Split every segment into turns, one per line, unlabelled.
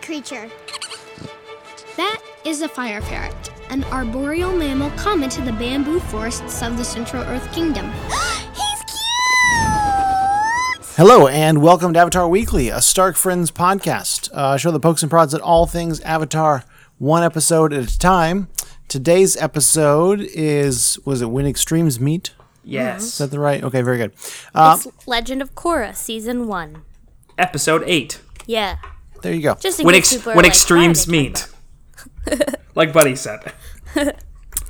creature?
That is a fire parrot, an arboreal mammal common to the bamboo forests of the Central Earth Kingdom.
He's cute!
Hello, and welcome to Avatar Weekly, a Stark Friends podcast. Uh, show the pokes and prods at all things Avatar, one episode at a time. Today's episode is, was it When Extremes Meet?
Yes.
Is that the right? Okay, very good. Uh,
It's Legend of Korra, season one.
Episode eight.
Yeah.
There you go.
Just in
When ex-
case people are
when
like,
extremes
"What are they
meet. like Buddy said.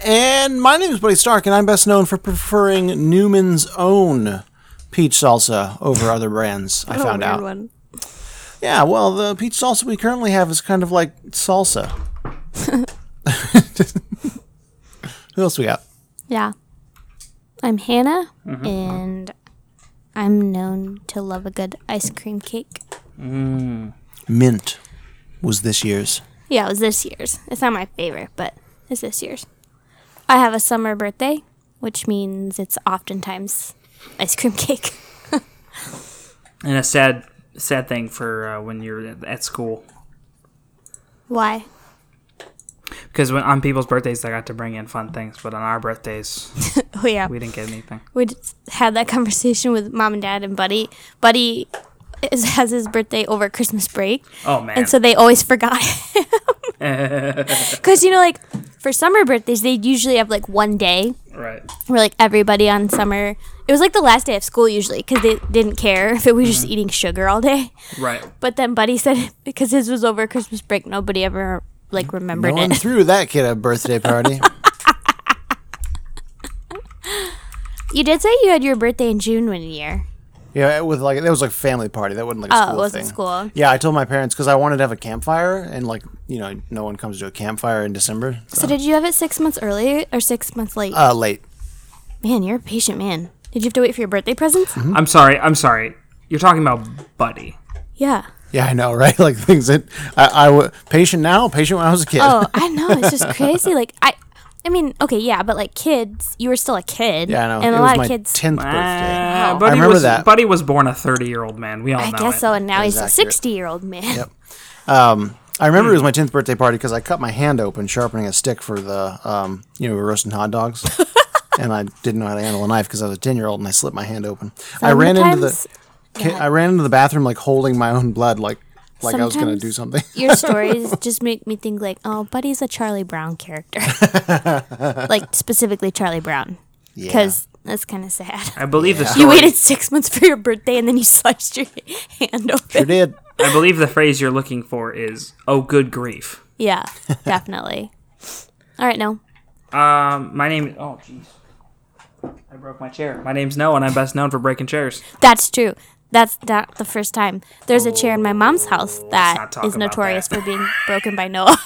And my name is Buddy Stark, and I'm best known for preferring Newman's own peach salsa over other brands, I found out.
One.
Yeah, well, the peach salsa we currently have is kind of like salsa. Who else we got?
Yeah. I'm Hannah,
Mm-hmm.
and I'm known to love a good ice cream cake.
Mint was this year's.
Yeah, it was this year's. It's not my favorite, but it's this year's. I have a summer birthday, which means it's oftentimes ice cream cake.
And a sad, sad thing for uh, when you're at school.
Why?
Because when on people's birthdays, they got to bring in fun things, but on our birthdays,
Oh yeah,
we didn't get anything.
we just had that conversation with mom and dad and Buddy. Buddy is, has his birthday over Christmas break,
Oh man.
and so they always forgot him. Because you know, like for summer birthdays, they usually have like one day
right.
where like everybody on summer. It was like the last day of school usually because they didn't care if it was
Mm-hmm.
just eating sugar all day.
Right.
But then Buddy said because his was over Christmas break, nobody ever like remembered
No one
it.
threw that kid a birthday party.
You did say you had your birthday in June one year.
yeah, it was like that was like a family party. That wasn't like a
Oh,
school
it wasn't
thing.
school.
Yeah, I told my parents because I wanted to have a campfire, and like you know, no one comes to a campfire in December.
So did you have it six months early or six months late?
Uh, late.
man, you're a patient man. Did you have to wait for your birthday presents?
Mm-hmm.
I'm sorry. I'm sorry. You're talking about Buddy.
Yeah.
Yeah, I know, right? Like things that I, I was patient now, patient when I was a kid.
Oh, I know. It's just crazy. Like I, I mean, okay, yeah, but like kids, you were still a kid.
yeah, I know.
And
it
a
was
lot
my
of kids.
tenth birthday.
Ah, Buddy
remember
was,
that.
Buddy was born a 30 year old man. We all
Oh. I
know
guess
it.
so. And now he's a
Exactly.
sixty-year-old man.
Um, I remember it was my tenth birthday party because I cut my hand open sharpening a stick for the, um, you know, we were roasting hot dogs, and I didn't know how to handle a knife because I was a ten year old and I slipped my hand open. I ran into the,
Sometimes-
ki- I ran into the bathroom like holding my own blood, like like I was gonna
Sometimes-
do something.
Your stories just make me think like, oh, Buddy's a Charlie Brown character. like specifically Charlie Brown, because that's kind of sad.
I believe the story,
You waited six months for your birthday and then you sliced your hand open.
Sure did.
I believe the phrase you're looking for is "Oh, good grief."
Yeah, definitely. All right, no.
Um, my name. Oh, jeez. I broke my chair. My name's Noah, and I'm best known for breaking chairs.
That's true. That's not the first time. There's a chair in my mom's house
Oh, not
that
talk
is
about
notorious
that.
for being broken by Noah.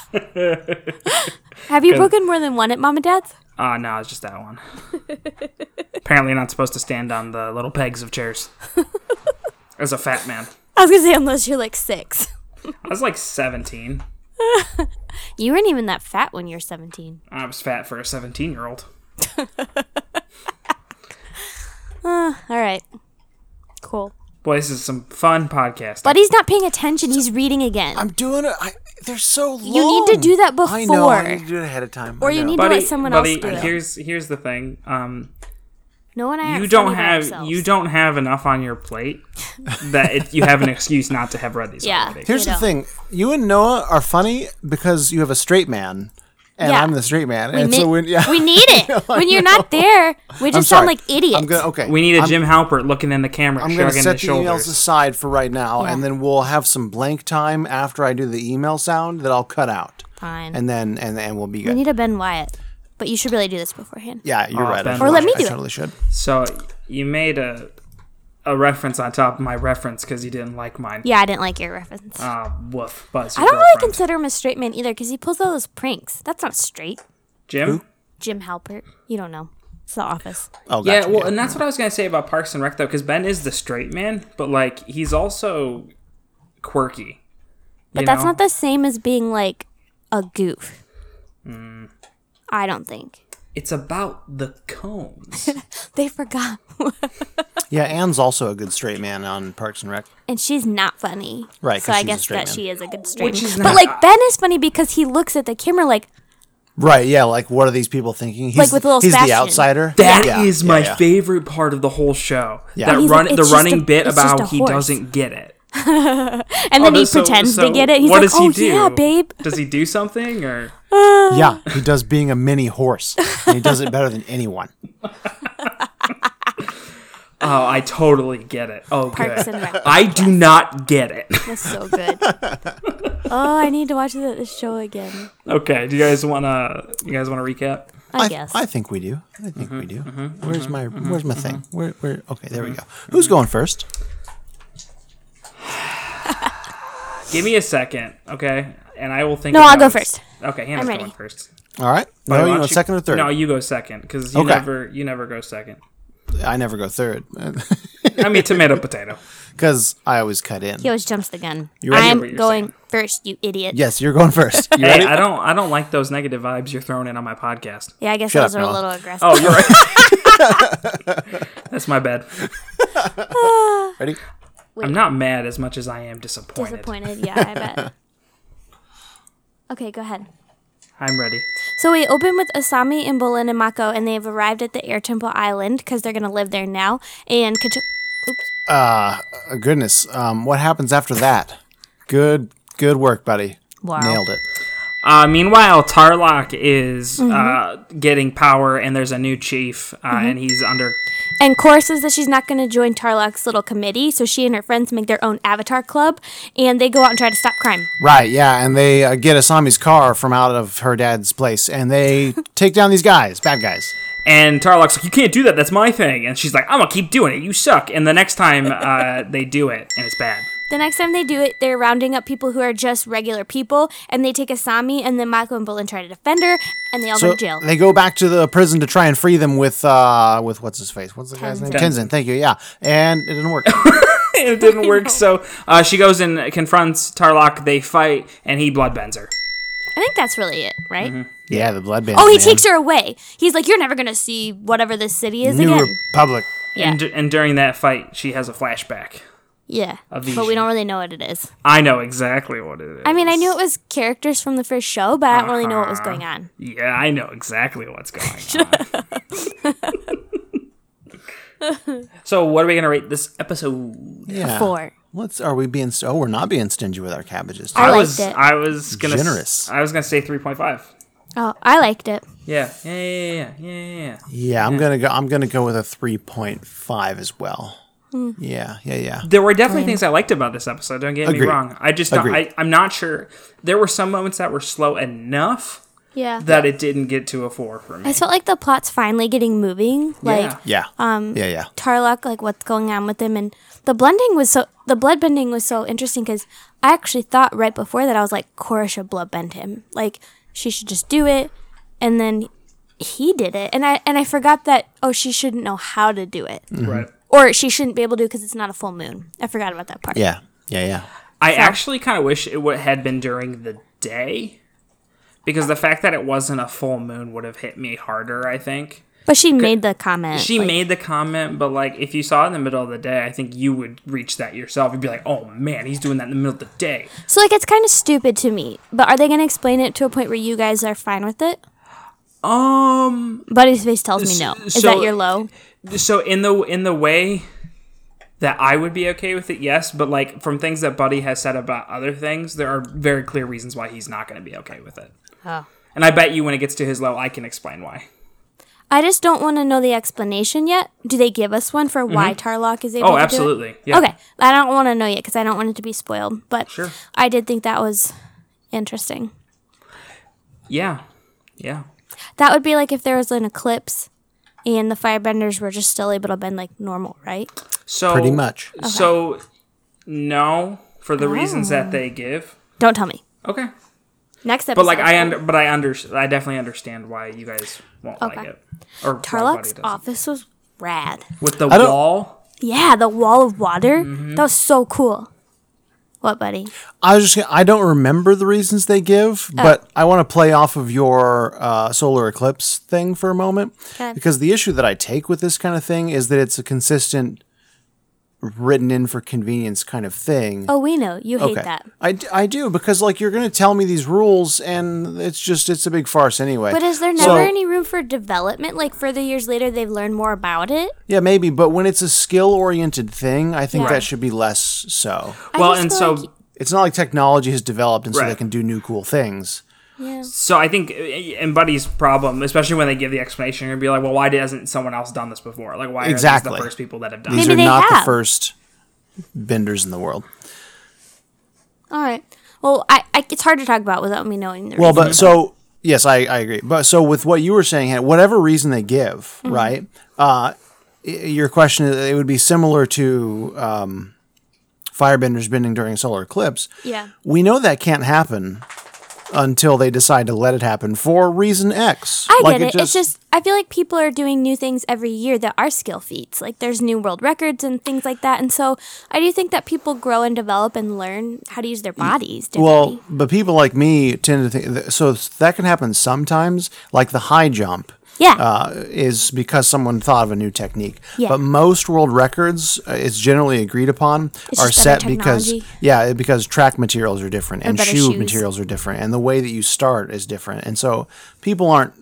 Have you broken more than one at mom and dad's?
Ah, no, it's just that one. Apparently, you're not supposed to stand on the little pegs of chairs. As a fat man,
I was gonna say unless you're like six.
I was like 17.
You weren't even that fat when you were 17.
I was fat for a 17 year old.
All right, cool.
Boy, this is some fun podcast.
But he's not paying attention. He's reading again.
I'm doing it. I, they're so long.
You need to do that
I know. I
before.
need to do it ahead of time.
Or
I
you
know.
need- to let someone else do it.
here's here's the thing. Um,
no one. I
you don't have you don't have enough on your plate that it, you have an excuse not to have read these.
Yeah.
already.
Here's the
Ditto.
thing: you and Noah are funny because you have a straight man, and
Yeah.
I'm the straight man,
We,
and
need-
so when yeah,
we need it when you're not there. We just sound like idiots.
I'm gonna okay.
We need a
I'm-
Jim Halpert looking in the camera,
I'm going to
shrugging
set
his
the emails
shoulders.
aside for right now,
Yeah.
and then we'll have some blank time after I do the email sound that I'll cut out,
Fine.
and then and and we'll be
we
good.
need a Ben Wyatt, but you should really do this beforehand.
yeah, you're
Aw,
right. I
Ben
totally-
Or let me
I
do it.
Totally should.
So you made a a reference on top of my reference because you didn't like mine.
Yeah, I didn't like your reference.
Uh, woof, Buzz.
I don't really consider him a straight man either because he pulls all those pranks. That's not straight.
Jim.
Jim Halpert. You don't know. It's The Office.
Oh,
Yeah,
gotcha,
well, and that's what I was gonna say about Parks and Rec though, because Ben is the straight man, but like he's also quirky.
But that's not the same as being like a goof. I don't think.
It's about the cones.
They forgot.
Yeah, Anne's also a good straight man on Parks and Rec.
and she's not funny.
Right, 'cause
So I
she's a
guess
straight
that
man.
she is a good straight.
Which is
man.
not-
But like Ben is funny because he looks at the camera like
Right, yeah, like what are these people thinking? He's,
with little
he's the
Sebastian.
outsider.
That is
Yeah, yeah,
my
yeah.
favorite part of the whole show.
Yeah.
That
And
he's
run
like,
the
"It's just
running
a-
bit
it's just
about
a
he
horse."
doesn't get it.
and then
Oh,
he
so-
pretends
so
to get it. He's
what
like,
does he
"Oh
do?
yeah, babe."
Does he do something or
Yeah, he does being a mini horse. And he does it better than anyone.
Oh, I totally get it. Oh,
Parks
good.
and Rec.
I do not get it.
That's so good. oh, I need to watch the, the show again.
okay, do you guys want to you guys want to recap?
I, guess.
I think we do. I think
Mm-hmm,
we do. where's my Where's my thing? Where Where? Okay, there we go.
mm-hmm.
Who's going first?
Give me a second, okay? And I will think
No, I'll
about
go
it.
first.
Okay, Hannah's
I'm ready.
going first.
All right.
Why
No, Oh, you
don't
know, second or third.
No, you go second cuz you
Okay.
never you never go second.
I never go third
I mean tomato potato.
because I always cut in.
he always jumps the gun.
ready?
I hear
I'm
what you're
going first, you idiot.
Yes, you're going first. You
Hey,
ready?
I don't I don't like those negative vibes you're throwing in on my podcast.
Yeah, I guess
Shut
those
up,
are a
Noah.
little aggressive.
Oh, you're right. That's my bad.
Ready?
I'm not mad as much as I am disappointed.
Disappointed. Yeah, I bet. okay, go ahead.
I'm ready.
So we open with Asami and Bolin and Mako, and they've arrived at the Air Temple Island because they're gonna live there now. And Kacho- oops,
Uh, goodness. Um, what happens after that? Good. Good work, buddy.
Wow.
Nailed it.
Uh, meanwhile, Tarlock is
Mm-hmm.
uh, getting power, and there's a new chief, uh, and he's under.
and Cora says that she's not gonna join Tarlok's little committee, so she and her friends make their own Avatar Club, and they go out and try to stop crime.
Right. Yeah, and they uh, get Asami's car from out of her dad's place, and they take down these guys, bad guys.
And Tarlock's like, "You can't do that. That's my thing." And she's like, "I'm gonna keep doing it. You suck." And the next time uh, they do it, and it's bad.
The next time they do it, they're rounding up people who are just regular people, and they take Asami, and then Mako and Bolin try to defend her, and they all go
So
to jail.
they go back to the prison to try and free them with uh with what's his face? What's the guy's name?
Tenzin.
Tenzin. Thank you. Yeah, and it didn't work.
it didn't work. So uh, she goes and confronts Tarlock. They fight, and he bloodbends her.
I think that's really it, right?
Mm-hmm.
yeah, the blood band.
Oh, he takes her away. He's like, "You're never gonna see whatever this city is
New
again."
Republic.
yeah,
And, and during that fight, she has a flashback.
yeah, but we
vision.
don't really know what it is.
I know exactly what it is.
I mean, I knew it was characters from the first show, but I don't really know what was
Uh-huh.
going on.
Yeah, I know exactly what's going on. so, what are we going to rate this episode?
Yeah.
Four.
What's are we being? st- Oh, we're not being stingy with our cabbages.
I, liked
was
it.
I was going to
Generous.
I was going to say 3.5.
oh, I liked it.
Yeah. Yeah, yeah, yeah, yeah, yeah, yeah.
yeah, I'm gonna go. I'm gonna go with a three point five as well.
Hmm.
Yeah, yeah, yeah.
There were definitely things I liked about this episode, don't get me
Agreed.
wrong. I just don't,
Agreed.
I I'm not sure there were some moments that were slow enough
Yeah,
that it didn't get to a 4 for
I
me.
just felt like the plot's finally getting moving. Like
yeah.
Yeah. Um. Yeah, yeah.
Tarlock, like what's going on with him, and the blending was so the bloodbending was so interesting because I actually thought right before that I was like, Cora should bloodbend him. Like she should just do it, and then he did it, and I and I forgot that oh she shouldn't know how to do it,
Mm-hmm.
Right.
or she shouldn't be able to because it's not a full moon. I forgot about that part.
Yeah. Yeah, yeah.
I actually kind of wish it would, had been during the day because the fact that it wasn't a full moon would have hit me harder, I think.
But she made the comment.
She
like,
made the comment, but like if you saw it in the middle of the day, I think you would reach that yourself and be like, "Oh man, he's doing that in the middle of the day."
so like it's kind of stupid to me. But are they going to explain it to a point where you guys are fine with it?
Um,
Buddy's face tells me no. Is
so-
that your low?
so in the in the way that I would be okay with it, yes, but like from things that Buddy has said about other things, there are very clear reasons why he's not going to be okay with it.
Oh.
And I bet you when it gets to his low, I can explain why.
I just don't want to know the explanation yet. Do they give us one for why Tarlock is able
Oh,
to do it?
absolutely. Yeah.
Okay. I don't want to know yet because I don't want it to be spoiled. But
Sure.
I did think that was interesting.
Yeah. Yeah.
That would be like if there was an eclipse and the firebenders were just still able to bend like normal, right?
So
Pretty much.
So no, for the reasons that they
Oh.
give.
Don't tell me.
Okay.
Next episode.
But like I under, but I under, I definitely understand why you guys won't like
Okay.
it. Or why Buddy
Tarlock's
doesn't.
office was rad.
with the
I don't-
wall.
Yeah, the wall of water.
Mm-hmm.
That was so cool. What, buddy?
I was just gonna- I don't remember the reasons they give,
Oh.
but I want to play off of your uh, solar eclipse thing for a moment
Okay.
because the issue that I take with this kind of thing is that it's a consistent written in for convenience kind of thing.
Oh, we know. You hate that.
I, d- I do because like you're going to tell me these rules and it's just it's a big farce anyway.
But is there
So-
never any room for development? Like further years later, they've learned more about it.
Yeah, maybe, but when it's a skill-oriented thing, I think
Yeah.
that should be less so.
I
well,
just
and
feel
so
like-
It's not like technology has developed and so they
Right.
can do new cool things.
yeah.
So I think, uh, and Buddy's problem, especially when they give the explanation, you're gonna be like, well, why hasn't someone else done this before? Like, why are
Exactly.
these the first people that have done
These
Maybe
are
it?
they
not
have.
the first benders in the world.
All right. Well, I, I it's hard to talk about without me knowing the
Well,
reason.
but so yes, I, I agree. But so with what you were saying, Hannah, whatever reason they give,
Mm-hmm.
right? Uh, i- your question is- it would be similar to um, firebenders bending during a solar eclipse.
Yeah.
we know that can't happen until they decide to let it happen for reason X.
I get it. it's just I feel like people are doing new things every year that are skill feats. Like there's new world records and things like that. And so I do think that people grow and develop and learn how to use their bodies. Differently.
Well, uh, but people like me tend to think so that can happen sometimes, like the high jump.
yeah,
uh, is because someone thought of a new technique.
Yeah.
But most world records, uh, it's generally agreed upon, are
just better
set because
technology.
yeah, because track materials are different and
better
shoe
shoes.
materials are different, and the way that you start is different, and so people aren't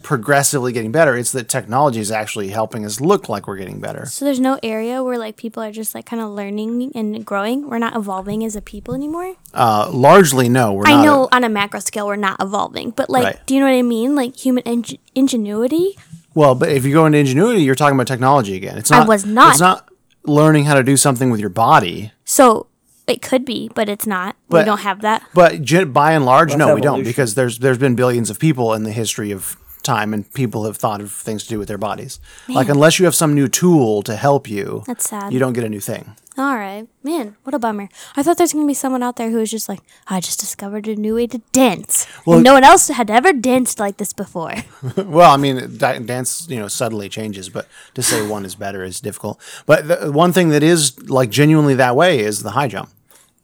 progressively getting better. It's that technology is actually helping us look like we're getting better.
So there's no area where like people are just like kind of learning and growing. We're not evolving as a people anymore.
Uh, largely, no, we're
I
not.
know on a macro scale we're not evolving, but like,
Right.
do you know what I mean? Like human ing- ingenuity.
Well, but if you go into ingenuity, you're talking about technology again. It's
I
not.
was not.
It's not learning how to do something with your body.
So it could be, but it's not. we
But-
don't have that.
But gen- by and large, no, we don't,
evolution.
because there's there's been billions of people in the history of time, and people have thought of things to do with their bodies. Like unless you have some new tool to help you,
That's sad.
You don't get a new thing.
All right, man, what a bummer. I thought there's gonna be someone out there who is just like, I just discovered a new way to dance.
Well-
no one else had ever danced like this before.
Well, I mean, da- dance you know subtly changes, but to say one is better is difficult. But the one thing that is like genuinely that way is the high jump.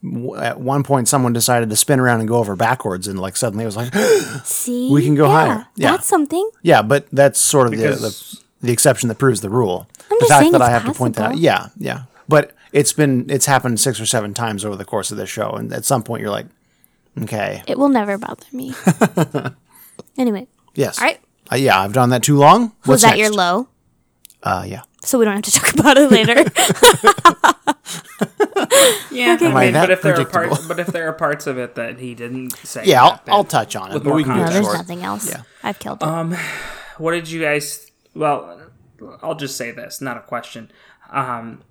W- At one point, someone decided to spin around and go over backwards, and like suddenly it was like,
See,
We can go higher. Yeah.
that's something.
yeah, but that's sort of
Because-
the, the the exception that proves the rule. the
I'm just
fact
saying
that
it's
I have to point that out.
possible.
Yeah, yeah. But it's been it's happened six or seven times over the course of this show, and at some point you're like, okay,
It will never bother me. anyway,
yes,
all right.
Uh, yeah, I've done that too long. What's
Was that your
next?
low?
Uh, yeah.
So we don't have to talk about it later.
Yeah,
Am I
I mean,
that
but if there are
predictable?
parts, but if there are parts of it that he didn't say,
Yeah, I'll,
that
I'll
bit.
touch on it.
With
But
more
we can
no,
do
there's
it short.
nothing else.
Yeah.
I've killed it.
What did you guys? Well, I'll just say this, not a question. Um,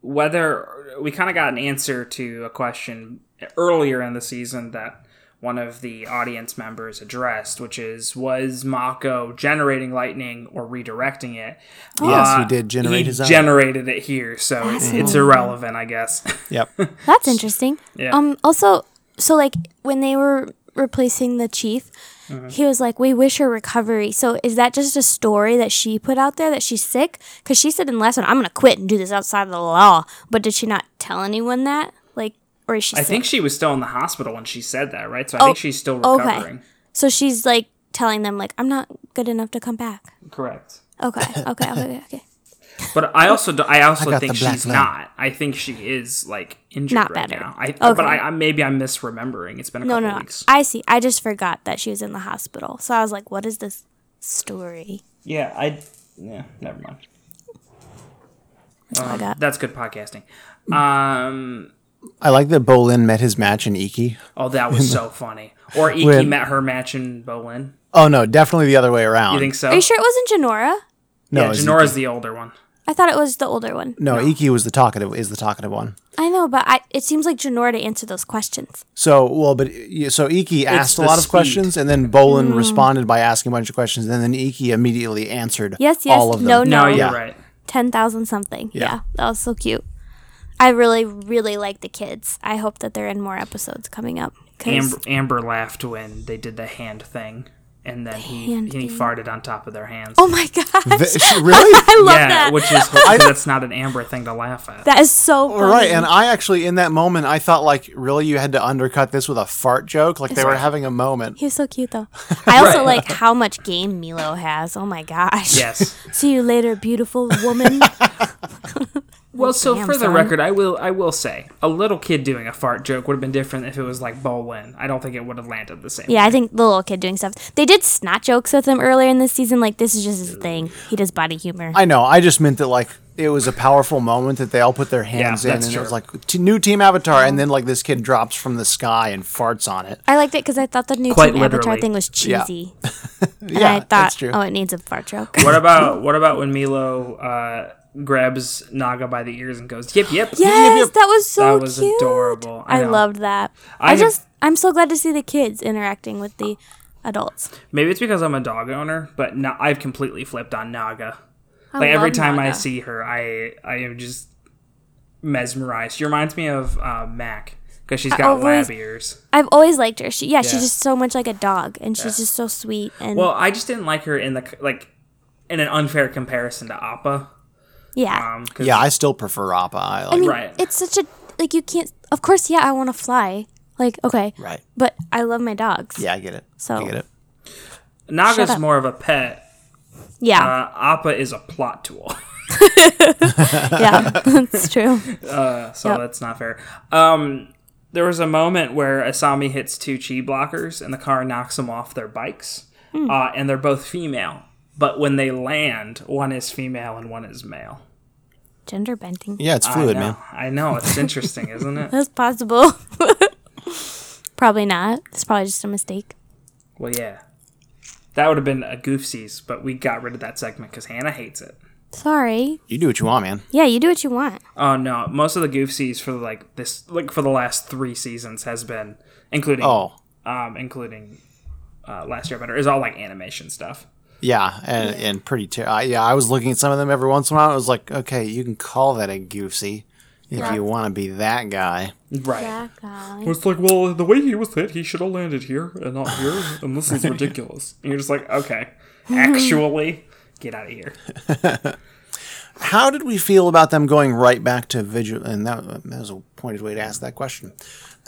whether we kind of got an answer to a question earlier in the season that one of the audience members addressed, which is was Mako generating lightning or redirecting it? Uh,
Yes, he did generate
he
his own. Oh.
generated it here, so it's, it's irrelevant, I guess.
Yep.
That's interesting.
Yeah.
Um. Also, so like when they were replacing the chief,
Mm-hmm.
he was like, "We wish her recovery." So is that just a story that she put out there that she's sick? Because she said in the last one, "I'm gonna quit and do this outside of the law." But did she not tell anyone that? Like, or is
I
she? sick?
think she was still in the hospital when she said that, right? So I think she's still
okay.
recovering.
so. She's like telling them, like, "I'm not good enough to come back."
Correct.
Okay. Okay. okay. Okay. okay.
But I also do, I also
got
think
the black
she's
lung.
not. I think she is like injured
Not
right
better.
now. I,
Okay.
But I, I maybe I'm misremembering. It's been a
No,
couple
no, no.
weeks.
I see. I just forgot that she was in the hospital. So I was like, "What is this story?"
yeah, I yeah. Never mind.
That's all I got.
That's good podcasting. Um.
I like that Bolin met his match in Iki.
Oh, that was so funny. Or Iki
When-
met her match in Bolin.
Oh no, definitely the other way around.
You think so?
Are you sure it wasn't Janora?
No,
yeah,
it's
Janora's the older one.
I thought it was the older one.
No, Iki was the talkative. Is the talkative one.
I know, but I, it seems like Janora to answer those questions.
So well, but y- so Iki asked a
the
lot of
speed.
questions, and then
Mm.
Bolin responded by asking a bunch of questions, and then Iki immediately answered.
Yes, yes,
all of them.
no, no.
No, you're
Yeah.
right.
10,000 something. Yeah.
Yeah.
that was so cute. I really, really like the kids. I hope that they're in more episodes coming up. 'cause-
Amber, Amber laughed when they did the hand thing, and then he
hand
he farted on top of their hands.
oh my God.
Th- she- really?
I love
yeah,
that.
which is because that's not an Amber thing to laugh at.
that is so
All
funny.
right, and I actually in that moment I thought like really you had to undercut this with a fart joke, like they were having a moment.
He was so cute, though. I also like how much game Milo has. Oh my gosh.
yes.
See you later, beautiful woman.
Well, so
damn,
for the
son.
record, I will I will say a little kid doing a fart joke would have been different if it was like Bolin. I don't think it would have landed the same.
Yeah, I think the little kid doing stuff. They did snot jokes with him earlier in the season. Like this is just his thing. He does body humor.
I know. I just meant that like it was a powerful moment that they all put their hands in,
that's
and it
true.
was like t- new team avatar,
Oh.
and then like this kid drops from the sky and farts on it.
I liked it because I thought the new
Quite
Team Avatar
literally.
thing was
Yeah.
cheesy, and
yeah,
I thought,
that's true.
oh, it needs a fart joke.
What about what about when Milo uh, grabs Naga by the ears and goes yip yip?
yes, that was so
That was
cute.
adorable. I
I,
know.
loved that.
I
I,
have-
just, I'm so glad to see the kids interacting with the adults.
Maybe it's because I'm a dog owner, but no, I've completely flipped on Naga.
I
like every
love
time I
Naga.
see her, I I am just mesmerized. She reminds me of uh, Mac because she's got
always-
lab ears.
I've always liked her. She, yeah,
Yeah.
she's just so much like a dog, and she's just so sweet. And
Well, I just didn't like her in the c- like in an unfair comparison to Appa.
yeah,
Um, 'cause-
yeah, I still prefer Appa. I like
I mean,
right.
it's such a like you can't. Of course, yeah, I want to fly. Like okay,
right.
but I love my dogs.
Yeah, I get it. I
So-
get it.
Shut
Naga's
up.
more of a pet.
yeah,
Uh, Appa is a plot tool. Uh.
yeah, that's true.
so
Yep.
that's not fair. Um, there was a moment where Asami hits two chi blockers and the car knocks them off their bikes,
Hmm.
uh, and they're both female. But when they land, one is female and one is male.
Gender bending.
Yeah, it's fluid,
I know,
man.
I know. It's interesting, isn't it?
That's possible. probably not. It's probably just a mistake.
Well, yeah. That would have been a goofsies, but we got rid of that segment because Hannah hates it.
Sorry.
You do what you want, man.
Yeah, you do what you want.
Oh no! Most of the goofsies for like this, like for the last three seasons, has been including,
Oh,
um, including uh, last year. Better is all like animation stuff.
yeah, and and pretty. Ter- I, yeah, I was looking at some of them every once in a while. I was like, okay, you can call that a goofy if you want to be that guy.
Right.
Exactly.
It's like, well, the way he was hit, he should have landed here and not here, and this is ridiculous. and you're just like, okay, actually, get out of here.
How did we feel about them going right back to vigil? And that, that was a pointed way to ask that question.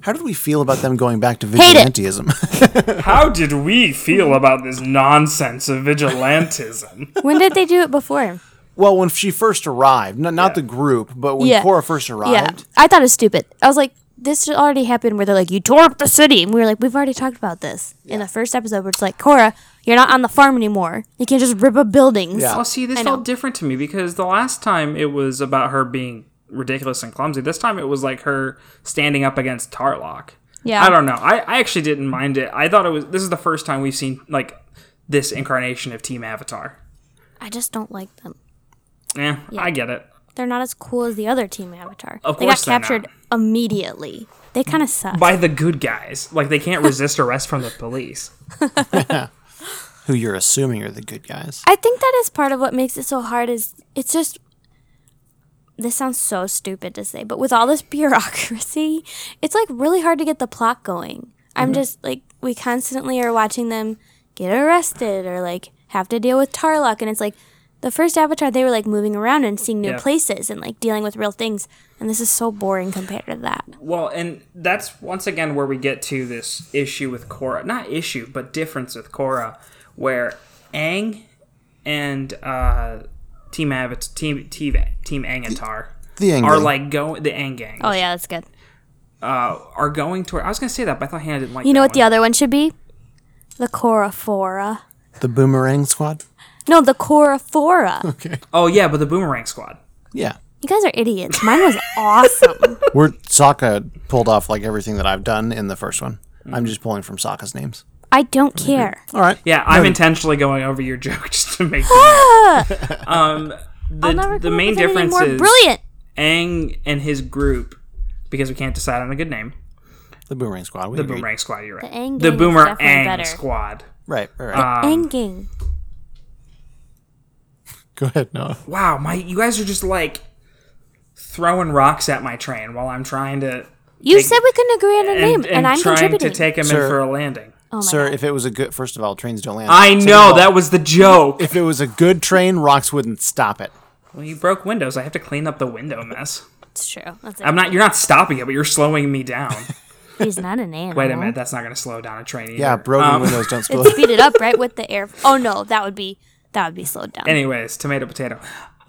How did we feel about them going back to
it.
vigilantism?
How did we feel about this nonsense of vigilantism?
when did they do it before?
well, when she first arrived, not, not
Yeah.
the group, but when
Yeah.
Cora first
Yeah.
arrived,
I thought it was stupid. I was like, this should already happened where they're like, you tore up the city. And we were like, we've already talked about this in the first episode where it's like, Cora, you're not on the farm anymore. You can't just rip up buildings.
Yeah.
well, Oh, see, this
I know.
felt different to me because the last time it was about her being ridiculous and clumsy. This time it was like her standing up against Tarlock.
Yeah.
I don't know. I, I actually didn't mind it. I thought it was. This is the first time we've seen like this incarnation of Team Avatar.
I just don't like them.
Eh, I get it.
They're not as cool as the other Team Avatar.
Of
they
course
got
they're not.
captured immediately. They kind of suck.
by the good guys. Like they can't resist arrest from the police.
who you're assuming are the good guys.
I think that is part of what makes it so hard is it's just this sounds so stupid to say, but with all this bureaucracy, it's like really hard to get the plot going. I'm just like we constantly are watching them get arrested or like have to deal with Tarlock and it's like the first avatar they were like moving around and seeing new
Yeah.
places and like dealing with real things and this is so boring compared to that.
Well, and that's once again where we get to this issue with Korra. Not issue, but difference with Korra, where Aang and uh, Team Avat Team Team Team Angantar
The
are
Anglin.
like going the Aang gang
Oh yeah, that's good.
uh, are going toward. I was gonna say that, but I thought Hannah didn't like.
You know what the
one.
other one should be? The Corophora.
the Boomerang Squad.
No, the Corophora.
Okay.
Oh yeah, but the Boomerang Squad.
Yeah,
You guys are idiots. Mine was awesome.
we're Sokka pulled off like everything that I've done in the first one.
Mm.
I'm just pulling from Sokka's names.
I don't care.
All right.
Yeah, I'm intentionally going over your joke just to make. the, Um, the,
Ah! I'll never
the
come up
main
with anything
difference
more
is
brilliant.
Aang and his group, because we can't decide on a good name.
The Boomerang Squad. We
The
agree.
Boomerang Squad, you're right.
The Aang
The Um,
gang is
Boomerang
definitely better.
Squad.
Right. Right.
Uh,
right.
Enging.
Go ahead. No.
Wow, my you guys are just like throwing rocks at my train while I'm trying to
You
take-
said we couldn't agree on a name, and, I'm
trying to
contributing.
take him
Sir.
in for a landing.
Oh
Sir, if it was a good, first of all, trains don't land.
I
Second of
know
all,
that was the joke.
If it was a good train, rocks wouldn't stop it.
Well, you broke windows. I have to clean up the window mess.
it's true. That's it.
I'm not. You're not stopping it, but you're slowing me down.
He's not an animal.
Wait a minute. That's not going to slow down a train either.
Yeah, broken
Um,
windows don't spill.
Speed it up, right? With the air. Oh no, that would be that would be slowed down.
Anyways, tomato potato.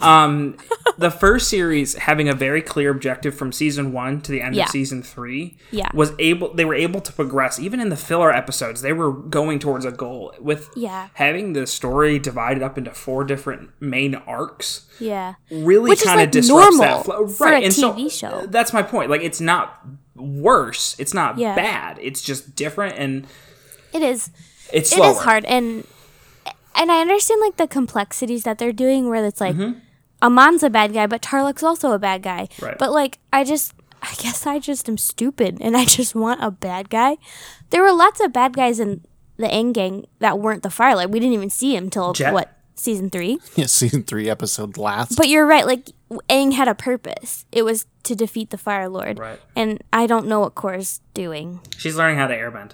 Um, the first series having a very clear objective from season one to the end
Yeah.
of season three
Yeah.
was able they were able to progress even in the filler episodes they were going towards a goal with
Yeah.
having the story divided up into four different main arcs
Yeah.
really
Which is,
kind of
like,
disrupts
normal
that flow
for
right
a
and so
TV show.
that's my point like it's not worse it's not
Yeah.
bad it's just different and
It is.
it's
It
slower.
is hard, and and I understand like the complexities that they're doing, where it's like Amon's a bad guy, but Tarlok's also a bad guy.
Mm-hmm. Right.
But like, I just, I guess I just am stupid, and I just want a bad guy. There were lots of bad guys in the End Gang that weren't the Firelight. We didn't even see him till
Jet.
what season three.
Yeah, season three, episode last.
But you're right. Like Aang had a purpose. It was to defeat the Fire Lord.
Right.
And I don't know what Korra's doing,
she's learning how to airbend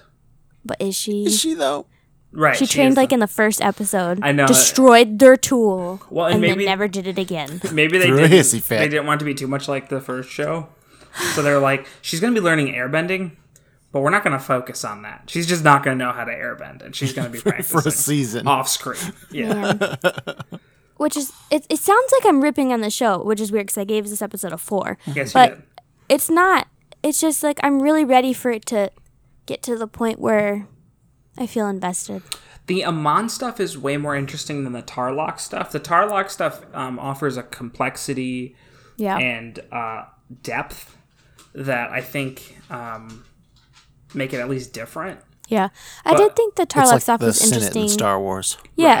but is she?
Is she though?
right
she
is
trained
the-
like in the first episode.
I know.
Destroyed their tool.
Well, and
and,
maybe-
then never did it again.
Maybe they
Through a
didn't,
hissy fit.
they didn't want it to be too much like the first show. So they're like, she's going to be learning airbending, but we're not going to focus on that. She's just not going to know how to airbend, and she's going to be practicing
For a season.
off screen. Yeah.
Which is it, it sounds like I'm ripping on the show, which is weird because I gave this episode a four.
Yes, you
But-
did.
It's not. It's just like I'm really ready for it to get to the point where I feel invested.
The Amon stuff is way more interesting than the Tarlock stuff. The Tarlock stuff um, offers a complexity
Yeah.
and uh, depth that I think um, make it at least different.
yeah. I
But
did think the Tarlok
It's like
stuff
the
was
Senate
interesting.
in Star Wars.
Yeah,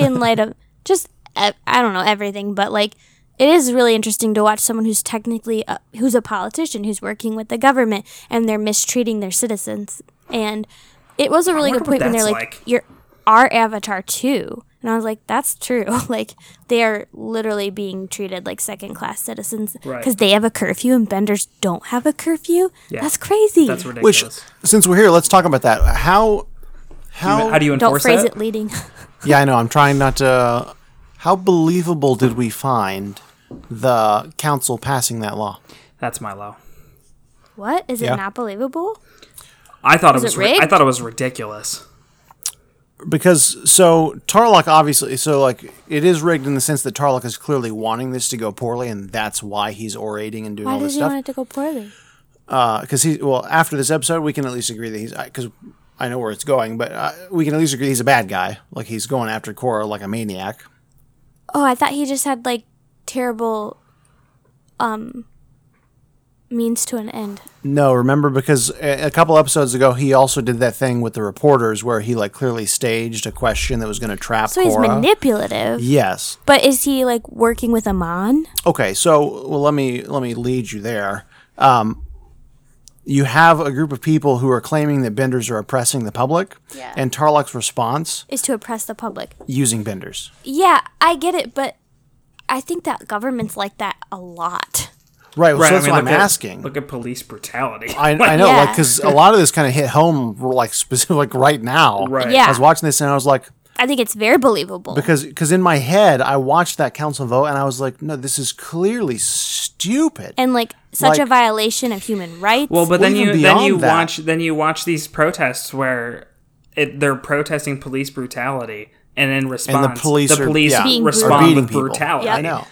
in light of just e- I don't know everything, but like it is really interesting to watch someone who's technically a, who's a politician who's working with the government and they're mistreating their citizens. And it was a really
wonder
good
what
point when they're
that's
like,
like.
"You're our avatar too," and I was like, "That's true." like they are literally being treated like second class citizens because
Right.
they have a curfew and Benders don't have a curfew. That's crazy.
That's
Which,
ridiculous.
since we're here, let's talk about that. How? How?
how do you
don't
enforce
phrase
that?
it leading.
yeah, I know. I'm trying not to. How believable did we find the council passing that law?
That's my low.
what is
Yeah.
it? Not believable.
I thought
Was
it
it
was. ri- I
rigged?
thought it was ridiculous.
Because so Tarlock obviously so like it is rigged in the sense that Tarlock is clearly wanting this to go poorly, and that's why he's orating and doing
Why
all
does
this
he
stuff.
want it to go poorly?
because he well after this episode we can at least agree that he's because I know where it's going, but uh, we can at least agree he's a bad guy. Like he's going after Cora like a maniac.
Oh, I thought he just had like terrible um means to an end.
No, remember because a, a couple episodes ago he also did that thing with the reporters where he like clearly staged a question that was going to trap
So he's
Cora.
manipulative.
yes.
But is he like working with Amon?
Okay, so well, let me let me lead you there. Um, you have a group of people who are claiming that benders are oppressing the public,
Yeah.
and Tarlok's response
Is to oppress the public.
using benders.
Yeah, I get it, but I think that governments like that a lot.
Right, so that's
I mean,
what I'm
look at-
asking.
Look at police brutality.
I, I know,
Yeah.
like 'cause like, because a lot of this kind of hit home, like specific, like right now.
Right.
Yeah.
I was watching this and I was like,
I think it's very believable.
because because in my head I watched that council vote and I was like, no, this is clearly stupid.
and like such a
Like-
violation of human rights.
Well, but
Well,
then
even
you then you
beyond that-
watch then you watch these protests where it, they're protesting police brutality, and in response,
police are- yeah,
Being
respond
brutal.
beating
with
people.
brutality.
Yep.
I know.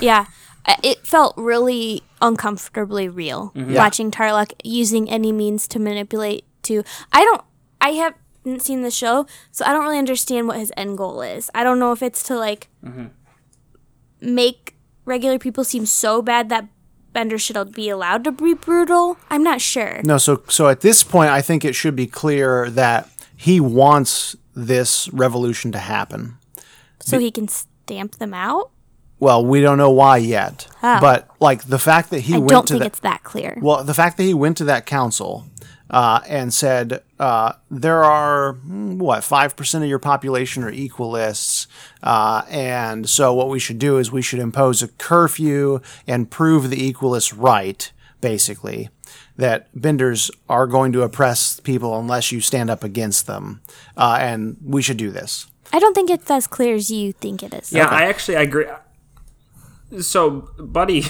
yeah. I- It felt really uncomfortably real
Mm-hmm.
watching Tarlok using any means to manipulate to I don't I haven't seen the show, so I don't really understand what his end goal is. I don't know if it's to like
Mm-hmm.
make regular people seem so bad that Bender should be allowed to be brutal. I'm not sure.
No, so so at this point, I think it should be clear that he wants this revolution to happen.
So he can stamp them out?
Well, we don't know why yet, but like the fact that he
I
went
don't
to
think
that.
it's that clear.
Well, the fact that he went to that council uh, and said uh, there are mm, what five percent of your population are equalists, uh, and so what we should do is we should impose a curfew and prove the equalist right, basically. That benders are going to oppress people unless you stand up against them, uh, and we should do this.
I don't think it's as clear as you think it is.
Yeah, I actually agree. So, Buddy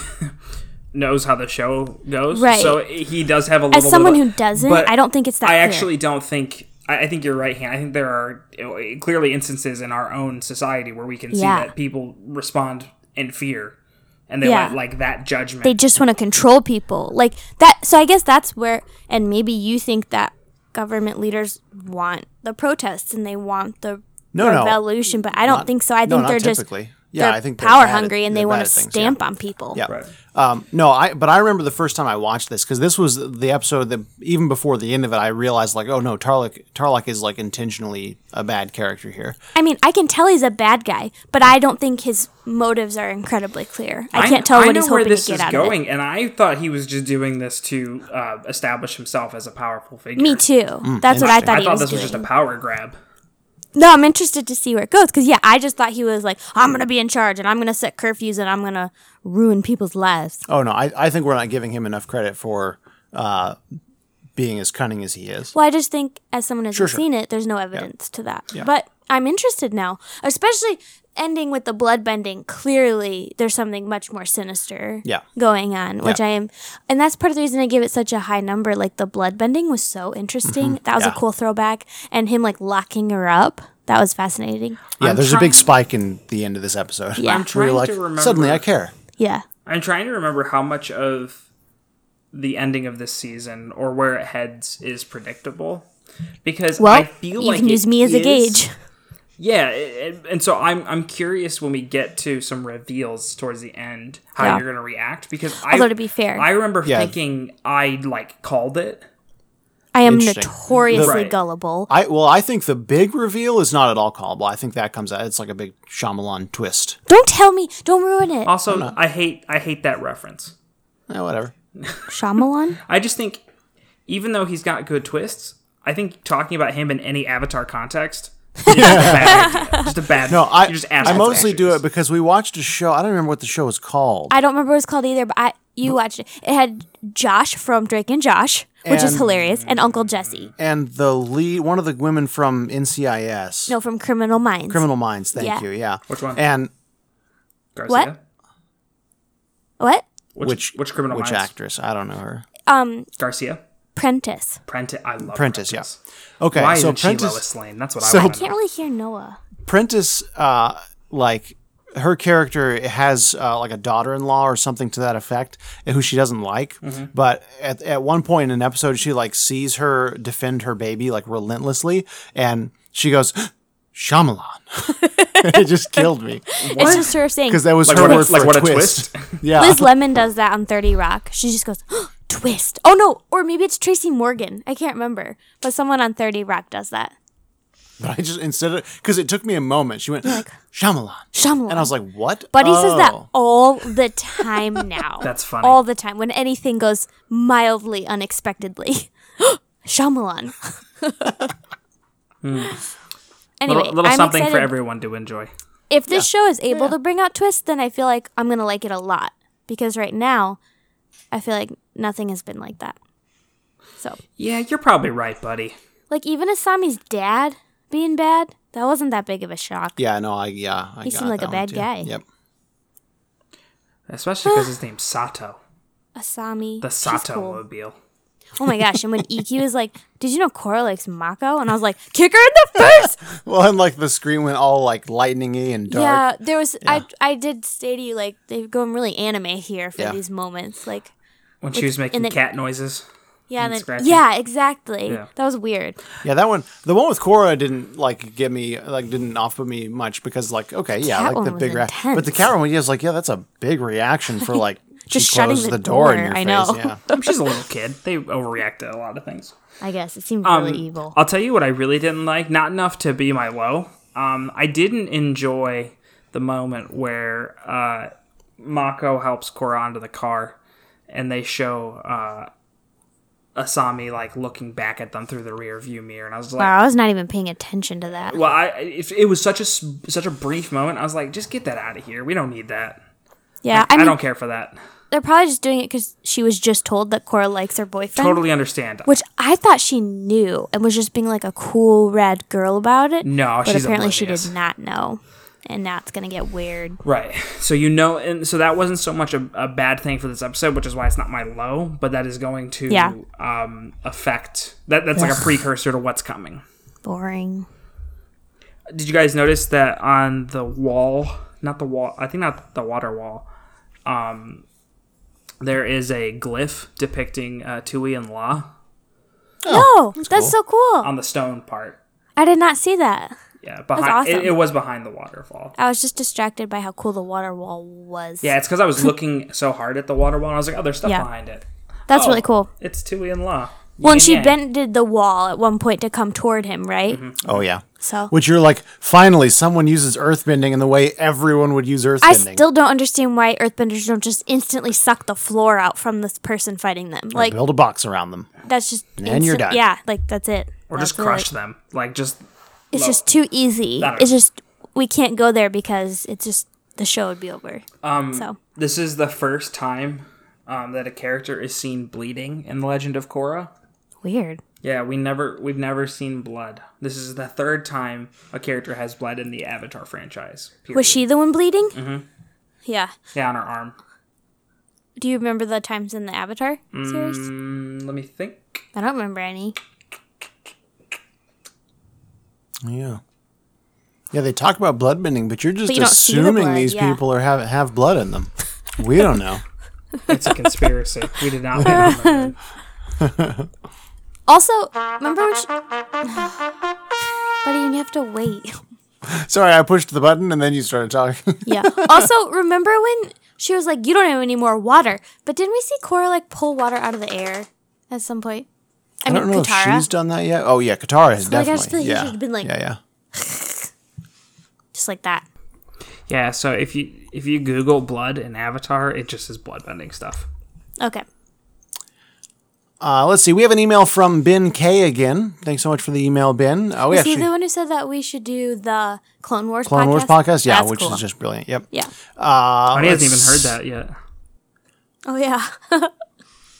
knows how the show goes,
Right.
So he does have a little.
As someone
bit
who
of,
doesn't,
but
I don't think it's
I
that clear.
actually don't think. I I think you're right, Han. I think there are uh, clearly instances in our own society where we can see
Yeah.
that people respond and fear, and they
Yeah.
want like that judgment.
they just want to control people like that so i guess that's where and maybe you think that government leaders want the protests and they want the
No, no.
revolution but i don't
Not-
think so i
no,
think
not
they're
typically.
just
Yeah,
they're
I think they're
power
bad at-
hungry and
they're
they
bad
want
at
to
things, yeah.
stamp on people
Yeah.
Right.
Um, no, I but I remember the first time I watched this because this was the episode that even before the end of it, I realized like, oh no, Tarlok Tarlok is like intentionally a bad character here.
i mean i can tell he's a bad guy but i don't think his motives are incredibly clear i, can't tell
I
what
know
he's
where
hoping
this
to
is
get out of
going, and I thought he was just doing this to uh, establish himself as a powerful figure.
it me too that's what i
Hmm, interesting.
thought
I
he
thought
was
this
doing
was just a power grab.
no i'm interested to see where it goes because yeah i just thought he was like i'm gonna be in charge and i'm gonna set curfews and i'm gonna ruin people's lives
Oh no, I, I think we're not giving him enough credit for uh, being as cunning as he is.
Well, I just think as someone who's
Sure, sure.
seen it, there's no evidence to that. But I'm interested now, especially ending with the bloodbending. Clearly, there's something much more sinister
Yeah.
going on, which
Yeah.
I am, and that's part of the reason I gave it such a high number. Like the bloodbending was so interesting. That was
Mm-hmm. Yeah.
a cool throwback, and him like locking her up. That was fascinating.
Yeah,
I'm
there's a big
trying-
spike in the end of this episode.
Yeah. I'm
Where
trying
you're like,
to remember-
Suddenly, I care.
Yeah.
I'm trying to remember how much of the ending of this season or where it heads is predictable, because
Well,
I feel
you
like
can use
it
me as a
is-
gauge.
Yeah, it, it- and so I'm I'm curious when we get to some reveals towards the end how
Yeah.
you're going to react because I,
Although, to be fair-
I remember
Yeah.
thinking I like called it.
I am
Interesting.
notoriously
Right.
gullible.
I well, I think the big reveal is not at all callable. I think that comes out. It's like a big Shyamalan twist.
Don't tell me. Don't ruin it.
Uh,
Also, I hate I hate that reference.
Eh, whatever.
Shyamalan.
I just think, even though he's got good twists, I think talking about him in any Avatar context is a bad idea. Just a bad.
No, I
you're just
I
asking for
mostly do
issues.
it because we watched a show. I don't remember what the show was called.
I don't remember what it's called either, but I you watched it. It had Josh from Drake and Josh, which is
And-
hilarious, and Uncle Jesse.
and the lead, one of the women from NCIS,
No, from Criminal Minds.
Criminal Minds. Thank
Yeah.
you. Yeah.
Which one?
And
Garcia?
What? what?
Which
which
which, criminal
which
minds?
actress? I don't know her.
Um,
Garcia.
Prentice.
Prentice. I love
Prentice, yeah.
Prentice.
Okay,
Why
so
isn't she
Prentice,
Lois Lane? That's what
So-
I want.
Can't really hear Noah.
Prentice, uh, like her character has uh, like a daughter-in-law or something to that effect, who she doesn't like.
Mm-hmm.
But at at one point in an episode, she like sees her defend her baby like relentlessly, and she goes, "Shyamalan." it just killed me
It's just her saying.
because that was
Like
her
what a-
word for
like what a
twist. yeah.
Liz Lemon does that on Thirty Rock. She just goes twist. Oh no, or maybe it's Tracy Morgan. I can't remember, but someone on Thirty Rock does that.
But I just instead of because it took me a moment. She went Shyamalan,
Shyamalan.
and I was like, "What?"
Buddy says that
Oh.
all the time now.
That's funny.
All the time when anything goes mildly unexpectedly. Shyamalan. anyway,
Hmm. Little, little
I'm
something
excited.
for everyone to enjoy.
If this show is able to bring out twists, then I feel like I'm gonna like it a lot because right now, I feel like nothing has been like that. So,
Yeah, you're probably right, buddy.
like even Asami's dad being bad, that wasn't that big of a shock.
Yeah, no, I yeah. I
He
got
seemed like a
that one
bad
too.
guy.
Yep.
Especially because his name's Sato.
Asami,
The
she's
Sato
cool.
mobile.
Oh my gosh. And when EQ was like, Did you know Cora likes Mako? And I was like, Kick her in the face.
Well, and like the screen went all like lightningy and dark.
yeah, there was, I I did say to you, like, they're going really anime here for
Yeah.
these moments. Like,
When she was making
the-
cat noises.
yeah, and then,
scratching.
yeah, exactly.
Yeah.
That was weird.
Yeah, that one. The one with Cora didn't like get me like didn't off put me much because like okay yeah
cat
like the
one was
big ra- but the
intense.
cat one yeah, was like yeah that's a big reaction for like
Just
she
shutting
closes
the
the door, in
door,
your
I
face
know.
yeah
She's a little kid. They overreact to a lot of things.
I guess it seemed
Um,
really evil.
I'll tell you what I really didn't like. Not enough to be my low. Um, I didn't enjoy the moment where uh, Mako helps Korra onto the car, and they show uh, Asami like looking back at them through the rear view mirror, and I was like.
Wow, I was not even paying attention to that.
Well, I, if it was such a s- such a brief moment, I was like, "Just get that out of here. We don't need that.
Yeah,
I,
I mean,
don't care for that.
they're probably just doing it because she was just told that Cora likes her boyfriend.
Totally understand."
Which I thought she knew and was just being like a cool rad girl about it.
No,
but
she's
apparently she
oblivious.
did not know, and now it's gonna get weird.
Right. So you know, and so that wasn't so much a, a bad thing for this episode, which is why it's not my low, but that is going to
Yeah.
um, affect that. That's like a precursor to what's coming.
Boring.
Did you guys notice that on the wall not the wall. I think not the water wall. Um, there is a glyph depicting uh, Tui and La
no, Oh, that's, so cool.
on the stone part.
I did not see that.
Yeah, behind it,
awesome.
it was behind the waterfall.
I was just distracted by how cool the water wall was.
Yeah, it's because I was looking so hard at the water wall, and I was like, "Oh, there's stuff
Yeah.
behind it."
That's
Oh,
really cool.
It's Tui and La.
Well,
Yin
and she
yang.
bended the wall at one point to come toward him, right?
Mm-hmm.
Oh yeah.
So
Which you're like, finally, someone uses earthbending in the way everyone would use earthbending.
I still don't understand why earthbenders don't just instantly suck the floor out from this person fighting them. Like
build a box around them.
that's just
then you're done.
Yeah, like that's it.
or
that's
just crushed them, like just
It. It's just too easy.
That-
It's just we can't go there because it's just the show would be over. Um so
This is the first time um, that a character is seen bleeding in the Legend of Korra.
weird.
Yeah, we never we've never seen blood. This is the third time a character has blood in the Avatar franchise. period.
Was she the one bleeding? Mm-hmm. Yeah.
Yeah, on her arm.
Do you remember the times in the Avatar series?
Mm, let me think.
I don't remember any.
Yeah. Yeah, they talk about bloodbending, but you're just
But you don't see the
assuming
blood,
these
yeah.
people are have have blood in them. We don't know.
It's a conspiracy. we did not. remember.
Also, remember when she- Buddy, you have to wait.
Sorry, I pushed the button and then you started talking.
Yeah. Also, remember when she was like, "You don't have any more water," but didn't we see Cora like pull water out of the air at some point? I,
I
mean,
don't know
Katara.
if she's done that yet. Oh yeah, Katara has
like, I
definitely.
just feel like you
yeah.
should've been like-
yeah, yeah.
just like that.
yeah, so if you if you Google blood in Avatar, it just is bloodbending stuff.
Okay.
Uh, let's see. We have an email from Ben K again. Thanks so much for the email, Ben. Oh, we
Is he
actually
the one who said that we should do the Clone Wars
Clone
podcast?
Wars podcast. Yeah,
That's
which
cool.
is just brilliant. Yep.
yeah.
Uh,
I hasn't even
let's-
heard that yet.
Oh yeah.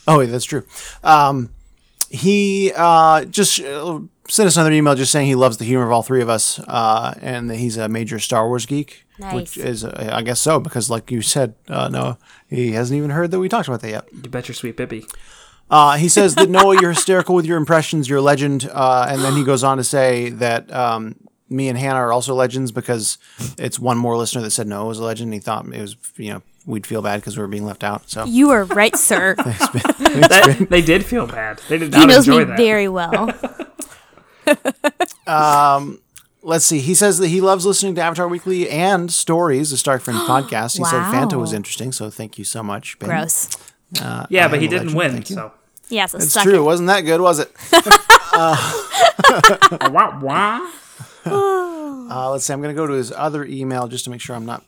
Oh, yeah, that's true. Um, he uh, just uh, sent us another email just saying he loves the humor of all three of us uh, and that he's a major Star Wars geek. Which
Nice.
is, uh, I guess so, because like you said, uh, Noah, he hasn't even heard that we talked about that yet.
You bet your sweet bippy.
Uh, he says that Noah, you're hysterical with your impressions. You're a legend, uh, and then he goes on to say that um, me and Hannah are also legends because it's one more listener that said Noah was a legend. and He thought it was, you know, we'd feel bad because we were being left out. So
you are right, sir.
That, they did feel bad. They did not
he knows
enjoy
me
that.
very well.
let's see. He says that he loves listening to Avatar Weekly and Stories, the Stark Friends podcast. He said Fanta was
Wow.
interesting, so thank you so much. Ben.
Gross.
yeah, but
am
he
a
didn't
legend,
win.
thank you.
So
Yeah, so
It's
suck
true. It
it.
wasn't that good, was it?
wah, wah.
Uh, let's see. I'm going to go to his other email just to make sure I'm not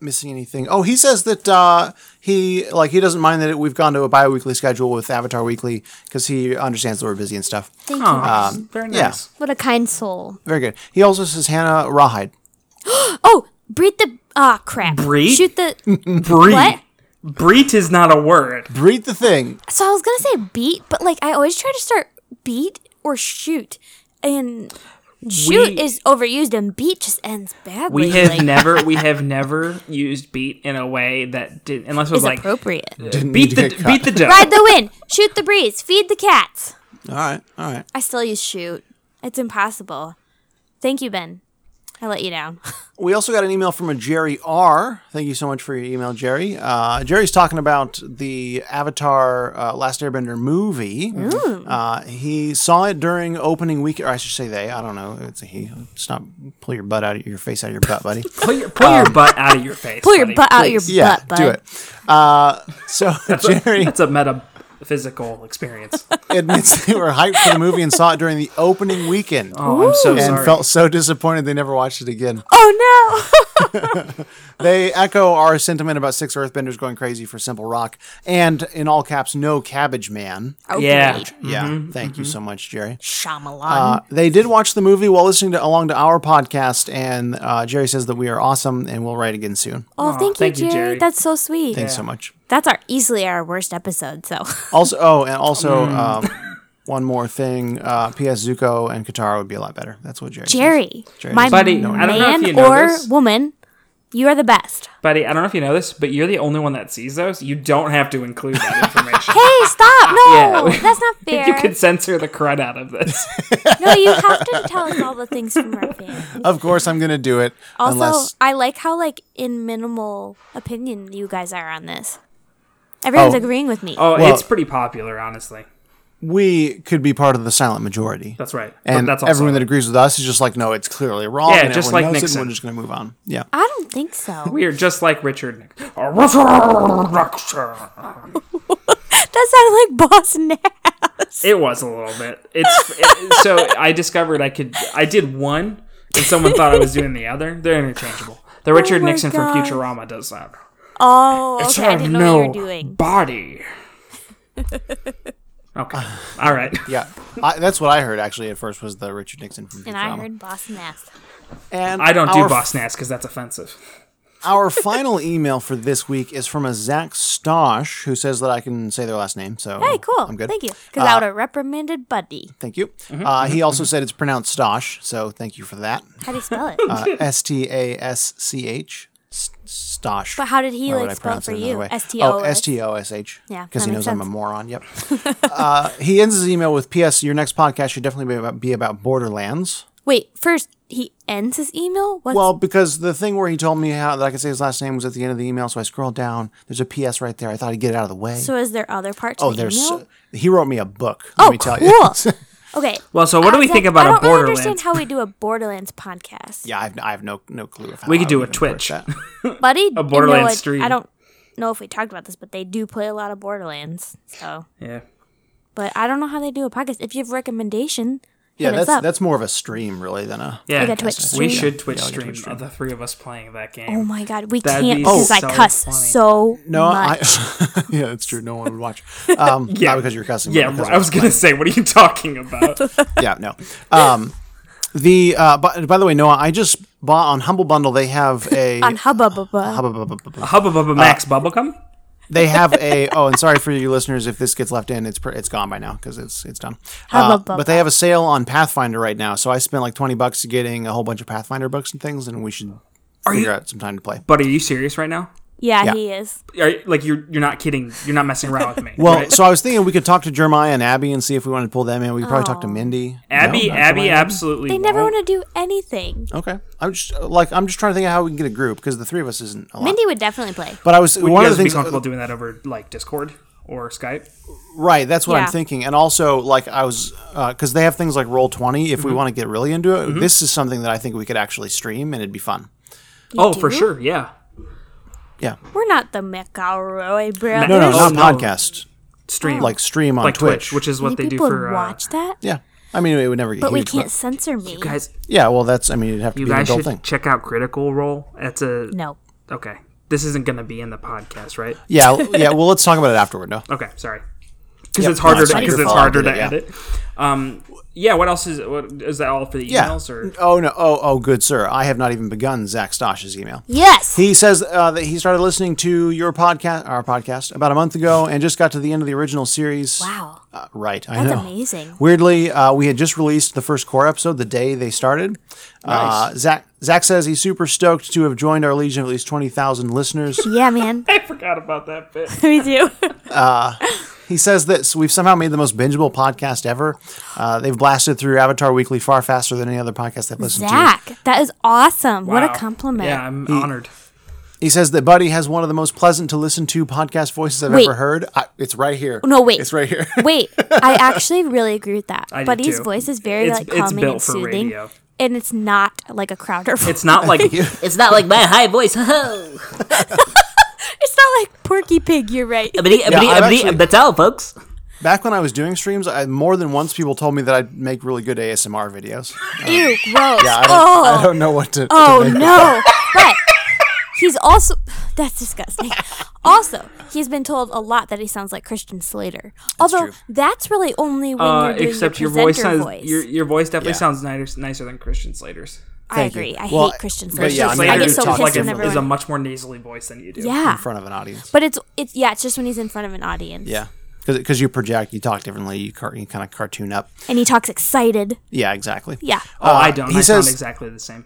missing anything. Oh, he says that uh, he like he doesn't mind that it, we've gone to a bi-weekly schedule with Avatar Weekly because he understands that we're busy and stuff.
Thank you.
Aw, very
Um, yeah.
nice.
What a kind soul.
Very good. He also says Hannah Rawhide.
Oh, breathe the ah crap.
Breathe?
Shoot the
Breed.
what?
Breet is not a word.
Breathe the thing.
So I was gonna say beat, but like I always try to start beat or shoot, and shoot
We-
is overused, and beat just ends badly.
We have
like,
never we have never used beat in a way that did unless it was
is
like
appropriate.
Didn't
beat
need to
the
get cut.
beat the dough.
Ride the wind, shoot the breeze, feed the cats.
All right. All right.
I still use shoot. It's impossible. Thank you, Ben. I let you down.
We also got an email from a Jerry R. Thank you so much for your email, Jerry. Uh, Jerry's talking about the Avatar uh, Last Airbender movie.
Mm.
Uh, he saw it during opening week, or I should say they. I don't know. It's a he. It's not pull your butt out of your face out of your butt, buddy.
Pull your, pull
Um,
your butt out of your face.
Pull your
buddy,
butt out your
please.
yeah,
butt, bud.
do it. Uh, so Jerry
That's a metaphysical experience.
admits they were hyped for the movie and saw it during the opening weekend.
Oh, I'm so
And
sorry.
felt so disappointed they never watched it again.
Oh no!
They echo our sentiment about six Earthbenders going crazy for Simple Rock, and in all caps, no Cabbage Man.
yeah.
Oh, Great.
Yeah.
Mm-hmm.
Thank you so much, Jerry.
Shyamalan.
Uh, they did watch the movie while listening to along to our podcast, and uh, Jerry says that we are awesome and we'll write again soon.
oh, thank,
thank
you,
you,
Jerry.
Jerry.
That's so sweet.
Thanks so much.
That's our easily our worst episode. So
Also, oh, and also
Mm.
um, one more thing: uh, P.S. Zuko and Katara would be a lot better. That's what Jerry. says.
Jerry, my
Buddy,
Buddy, I don't know if
man
you know
or
this.
woman, You are the best.
Buddy, I don't know if you know this, but you're the only one that sees those. You don't have to include that information.
Hey, stop! No,
Yeah.
that's not fair.
you could censor the crud out of this.
No, you have to tell us all the things from our fan.
Of course, I'm going to do it.
Also,
unless
I like how like in minimal opinion you guys are on this. Everyone's
Oh.
agreeing with me.
Oh,
Well-
it's pretty popular, honestly.
we could be part of the silent majority.
That's right. But
And
that's also-
everyone that agrees with us is just like, no, it's clearly wrong.
Yeah,
and
just
everyone knows it,
like
and
Nixon.
we're just going to move on. Yeah.
I don't think so.
We are just like Richard. Nixon.
That sounded like Boss Nass.
It was a little bit. It's it, so I discovered I could. I did one, and someone thought I was doing the other. They're interchangeable. The Richard
my
Nixon from
gosh.
Futurama does that.
Oh,
It's
okay. I
have
didn't know what you were doing.
Body. Okay. All right.
Yeah. I, that's what I heard, actually, at first was the Richard Nixon from
And I
Futurama.
heard Boss Nass.
And
I don't
our
do boss nats because that's offensive.
Our final email for this week is from a Zach Stosh who says that I can say their last name. So
Hey, cool.
I'm good.
Thank you. Because I would have reprimanded Buddy.
Thank you. Uh, he also said it's pronounced Stosh, so thank you for that.
How do you spell it?
Uh, S T A S C H. S- Stosh.
But how did he,
Why would
like,
I
spell
pronounce
it for
another
you?
way?
S-T-O-S?
Oh, S T O S H.
Yeah,
Because
that
he knows
makes
I'm a
sense.
moron. Yep. uh, he ends his email with P.S. Your next podcast should definitely be about, be about Borderlands.
Wait, first, he ends his email? What's
Well, because the thing where he told me how that I could say his last name was at the end of the email, so I scrolled down. There's a P.S. right there. I thought I'd get it out of the way.
So is there other parts?
Oh,
to the
there's.
email?
so- he wrote me a book. Let
oh,
me tell
cool.
you.
okay.
Well, so what do we
Isaac,
think about
I
a
don't really understand
Borderlands?
how we do a Borderlands podcast.
yeah, I have, I have no no clue. If
We could
how I
do
would
a
even approach
Twitch.
that.
Buddy,
A Borderlands
you know, I-
stream.
I don't know if we talked about this, but they do play a lot of Borderlands. So,
yeah.
but I don't know how they do a podcast. If you have recommendation,
Yeah,
hit us
that's
up.
that's more of a stream really than a.
Yeah.
Like a Twitch
We
stream.
should Twitch
Yeah, like a
stream
Twitch stream.
the three of us playing that game.
oh my god, we
That'd
can't
be
because I
so
cuss
funny.
so
No, I.
much.
yeah, that's true. No one would watch. Um, Not because you're cussing. but
yeah,
because
I was gonna say, what are you talking about?
yeah, no. Um, the uh, by, by the way, Noah, I just bought on Humble Bundle. They have a.
On Hubba Bubba.
Hubba, bubba, bubba.
Hubba Bubba
Uh,
Max Bubblegum?
They have a oh, and sorry for you listeners if this gets left in, it's pr- it's gone by now because it's it's done. Uh,
Hubba bubba.
but they have a sale on Pathfinder right now, so I spent like twenty bucks getting a whole bunch of Pathfinder books and things, and we should figure out some time to play.
But are you serious right now?
Yeah,
Yeah.
he is.
Are, like you're you're not kidding. You're not messing around with me.
Well,
right?
so I was thinking we could talk to Jeremiah and Abby and see if we wanted to pull them in. We could probably talk to Mindy.
Oh. Abby,
No, not
Abby,
Jeremiah.
absolutely.
They never
won't.
want to do anything.
Okay, I'm just like I'm just trying to think of how we can get a group because the three of us isn't a lot.
Mindy would definitely play.
but I was
Would
one
you
of
guys
the
be
things
comfortable doing that over like Discord or Skype?
Right, that's what
Yeah.
I'm thinking. And also, like, I was, because they have things like Roll 20. If
Mm-hmm.
we want to get really into it, this is something that I think we could actually stream and it'd be fun.
oh,
do?
for sure. Yeah.
Yeah.
We're not the McElroy brothers.
No, no,
Oh,
not
no.
podcast.
Stream
Like, stream on
like Twitch,
Twitch.
which is
Many
what they do
people would
for uh,
watch that,
Yeah. I mean, it would never get
but we
huge,
can't censor me.
guys.
yeah, well, that's, I mean, it'd have to
You
be an
guys
adult
should
thing.
check out Critical Role. That's a
no.
okay. This isn't going to be in the podcast, right?
Yeah, l- yeah, well, let's talk about it afterward, no?
Okay, sorry. Because
Yep,
it's harder
that's
to
fine.
because
Your
it's
fault. I
harder
did
to
it, yeah.
edit. Um, yeah. What else is what is that all for the
Yeah.
emails or?
Oh, no. Oh, oh, good sir. I have not even begun Zach Stosh's email.
Yes.
He says uh, that he started listening to your podcast, our podcast, about a month ago and just got to the end of the original series.
wow.
Uh, right, I
That's
know.
amazing.
Weirdly, uh, we had just released the first core episode the day they started. Uh, Zach Zach says he's super stoked to have joined our legion of at least twenty thousand listeners.
Yeah, man.
I forgot about that bit.
Me too.
he says that so we've somehow made the most bingeable podcast ever. Uh, they've blasted through Avatar Weekly far faster than any other podcast they've listened to.
Zach, that is awesome. What
Wow.
a compliment.
Yeah, I'm honored.
He says that Buddy has one of the most pleasant to listen to podcast voices I've
Wait.
ever heard. I, it's right here.
No, wait.
It's right here.
Wait, I actually really agree with that.
I do
Buddy's
too.
voice is very
It's-
like
it's
calming
built
and
for
soothing,
radio.
and it's not like a Crowder voice.
It's not like
It's not like my high voice. Ho ho.
It's not like Porky Pig. You're right.
Abidi- abidi-
I've
abidi-
actually-
That's all, folks.
Back when I was doing streams, I, more than once people told me that I'd make really good ASMR videos.
Ew, gross.
Yeah, I don't,
oh,
I don't know what to.
oh
to make.
no. But he's also that's disgusting. Also, he's been told a lot that he sounds like Christian Slater. Although
true.
that's, really only when
uh,
you're doing
except your
your
voice
presenter
sounds
voice.
your your voice definitely
Yeah.
sounds nicer, nicer than Christian Slater's.
I
Thank you.
agree. I
Well,
hate Christian
but
Slater.
yeah, I mean,
I
I
get
do
so
talk
pissed
like
whenever
him.
is a
when-
much more nasally voice than you do.
yeah.
in front of an audience.
But it's it's yeah, it's just when he's in front of an audience.
Yeah, because you project, you talk differently, you, car- you kind of cartoon up.
And he talks excited.
Yeah, exactly. Uh,
Yeah.
Oh, I don't.
He
I
says
sound exactly the same.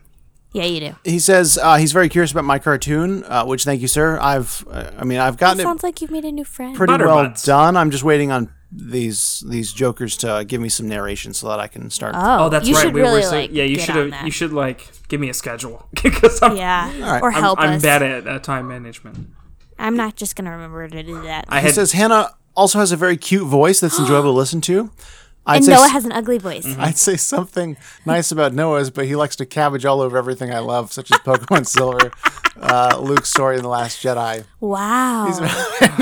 Yeah, you do.
He says uh, he's very curious about my cartoon, uh, which thank you, sir. I've, uh, I mean, I've gotten it
Sounds like you've made a new friend.
pretty well
Butterbutts.
done. I'm just waiting on these these jokers to give me some narration so that I can start.
oh,
Oh, that's
you
right.
Should
we
really,
were so,
like,
yeah. You
get
should
on that.
have. You should like give me a schedule because I'm
Yeah,
right.
or
I'm,
help
I'm
us.
bad at uh, time management.
I'm not just gonna remember to do that.
I
he
had
says Hannah also has a very cute voice that's enjoyable to listen to. I'd
and
say
Noah
s- Mm-hmm.
has an ugly voice.
I'd say something nice about Noah's, but he likes to cabbage all over everything I love, such as Pokemon Silver, uh, Luke's story, and The Last Jedi.
Wow.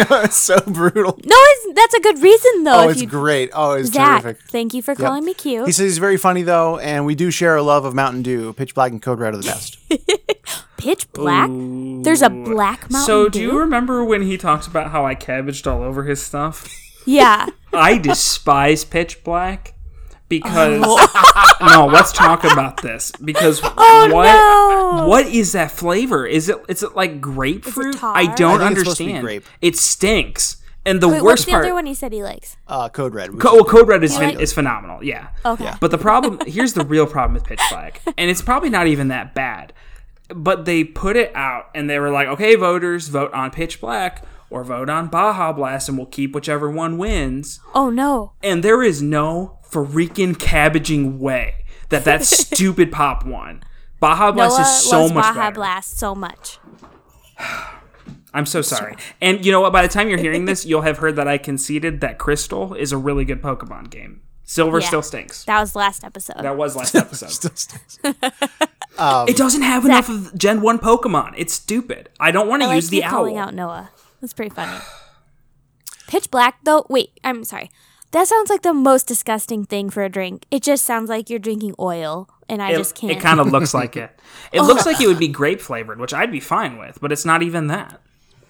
That's so brutal.
no, it's, that's a good reason though.
Oh,
if
it's
you,
great. Oh, it's
Zach,
terrific.
thank you for
Yep.
calling me cute.
He says he's very funny though, and we do share a love of Mountain Dew. Pitch Black and Code Red are the best.
Pitch black. There's a black mountain.
So do
Dew?
you remember when he talks about how I cabbaged all over his stuff?
yeah.
I despise Pitch Black because
Oh,
no, let's talk about this because what
no.
what is that flavor? Is it is it like grapefruit? I
tar?
don't
I think it's supposed to be
understand.
grape.
It stinks. And the
Wait, what's
worst
the
part
other one he said he likes?
Uh, Code Red.
Co- well, Code Red is,
like-
phen- is phenomenal, yeah.
Okay.
But the problem here's the real problem with Pitch Black, and it's probably not even that bad. But they put it out, and they were like, "Okay, voters, vote on Pitch Black or vote on Baja Blast, and we'll keep whichever one wins."
Oh no.
And there is no freaking cabbaging way that that stupid pop won. Baja Blast
Noah
is so
loves
much
Baja
better.
Blast so much.
I'm so sorry. And you know what? By the time you're hearing this, you'll have heard that I conceded that Crystal is a really good Pokemon game. Silver
Yeah.
still stinks.
That was last episode.
That was last episode. it doesn't have enough of Gen 1 Pokemon. It's stupid. I don't want to
I like
use
you
the owl.
calling out Noah. That's pretty funny. Pitch black though. Wait, I'm sorry. That sounds like the most disgusting thing for a drink. It just sounds like you're drinking oil, and I
It,
just can't.
it kind of looks like it. It looks like it would be grape flavored, which I'd be fine with, but it's not even that.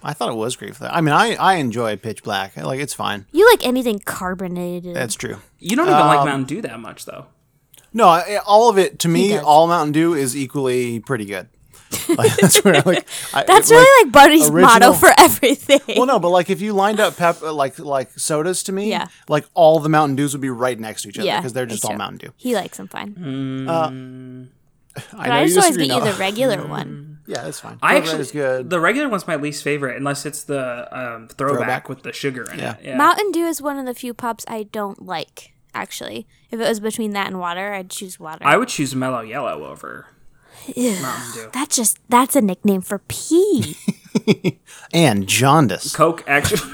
I thought it was great for that. I mean, I I enjoy Pitch Black. Like it's fine.
you like anything carbonated?
That's true.
You don't even like Mountain Dew that much, though.
No, I- all of it to me,
does.
all Mountain Dew is equally pretty good. Like, that's where like I,
That's really like Buddy's motto
original-
for everything.
Well, no, but like if you lined up pep uh, like like sodas to me,
Yeah.
like all the Mountain Dews would be right next to each other
Yeah,
because they're
that's
just all
true.
Mountain Dew.
He likes them fine,
Mm.
I
but I, just always
disagree
get you
now.
the
Mm.
regular one.
yeah, that's fine.
I
Code
actually
Red is good.
the regular one's my least favorite, unless it's the um, throwback,
Throwback.
with the sugar in it. Yeah.
Mountain Dew is one of the few pops I don't like. Actually, if it was between that and water, I'd choose water.
I would choose Mellow Yellow over Mountain Dew.
That's just that's a nickname for pee.
and jaundice.
Coke actually.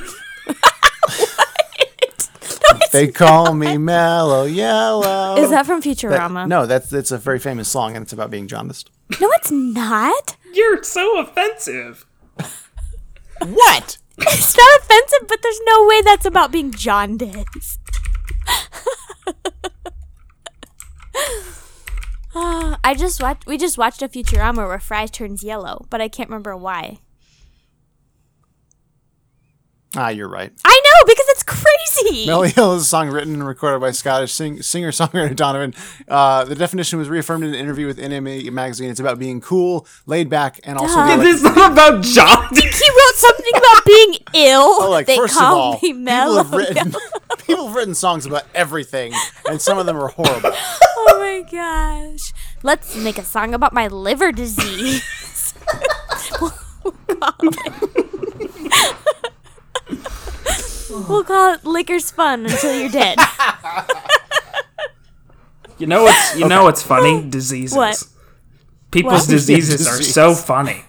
They call me mellow yellow.
Is that from Futurama?
No, that's that's a very famous song, and it's about being jaundiced.
no, it's not.
You're so offensive.
What?
It's not offensive, but there's no way that's about being jaundiced. Ah, I just watched. We just watched a Futurama where Fry turns yellow, but I can't remember why.
Ah, you're right.
I know because it's crazy.
Mellow Yellow is a song written and recorded by Scottish sing- singer-songwriter Donovan. Uh, the definition was reaffirmed in an interview with NME magazine. It's about being cool, laid back, and also
Duh.
the elec-
This is not about jaundice.
he wrote something about being ill.
Oh, like
they
first of
call
all,
me
people
mellow.
have written people have written songs about everything, and some of them are horrible.
oh my gosh. Let's make a song about my liver disease. we'll call it liquor's fun until you're dead.
You know what's you know what's funny? Diseases.
What?
People's
What?
diseases are
Disease.
so funny.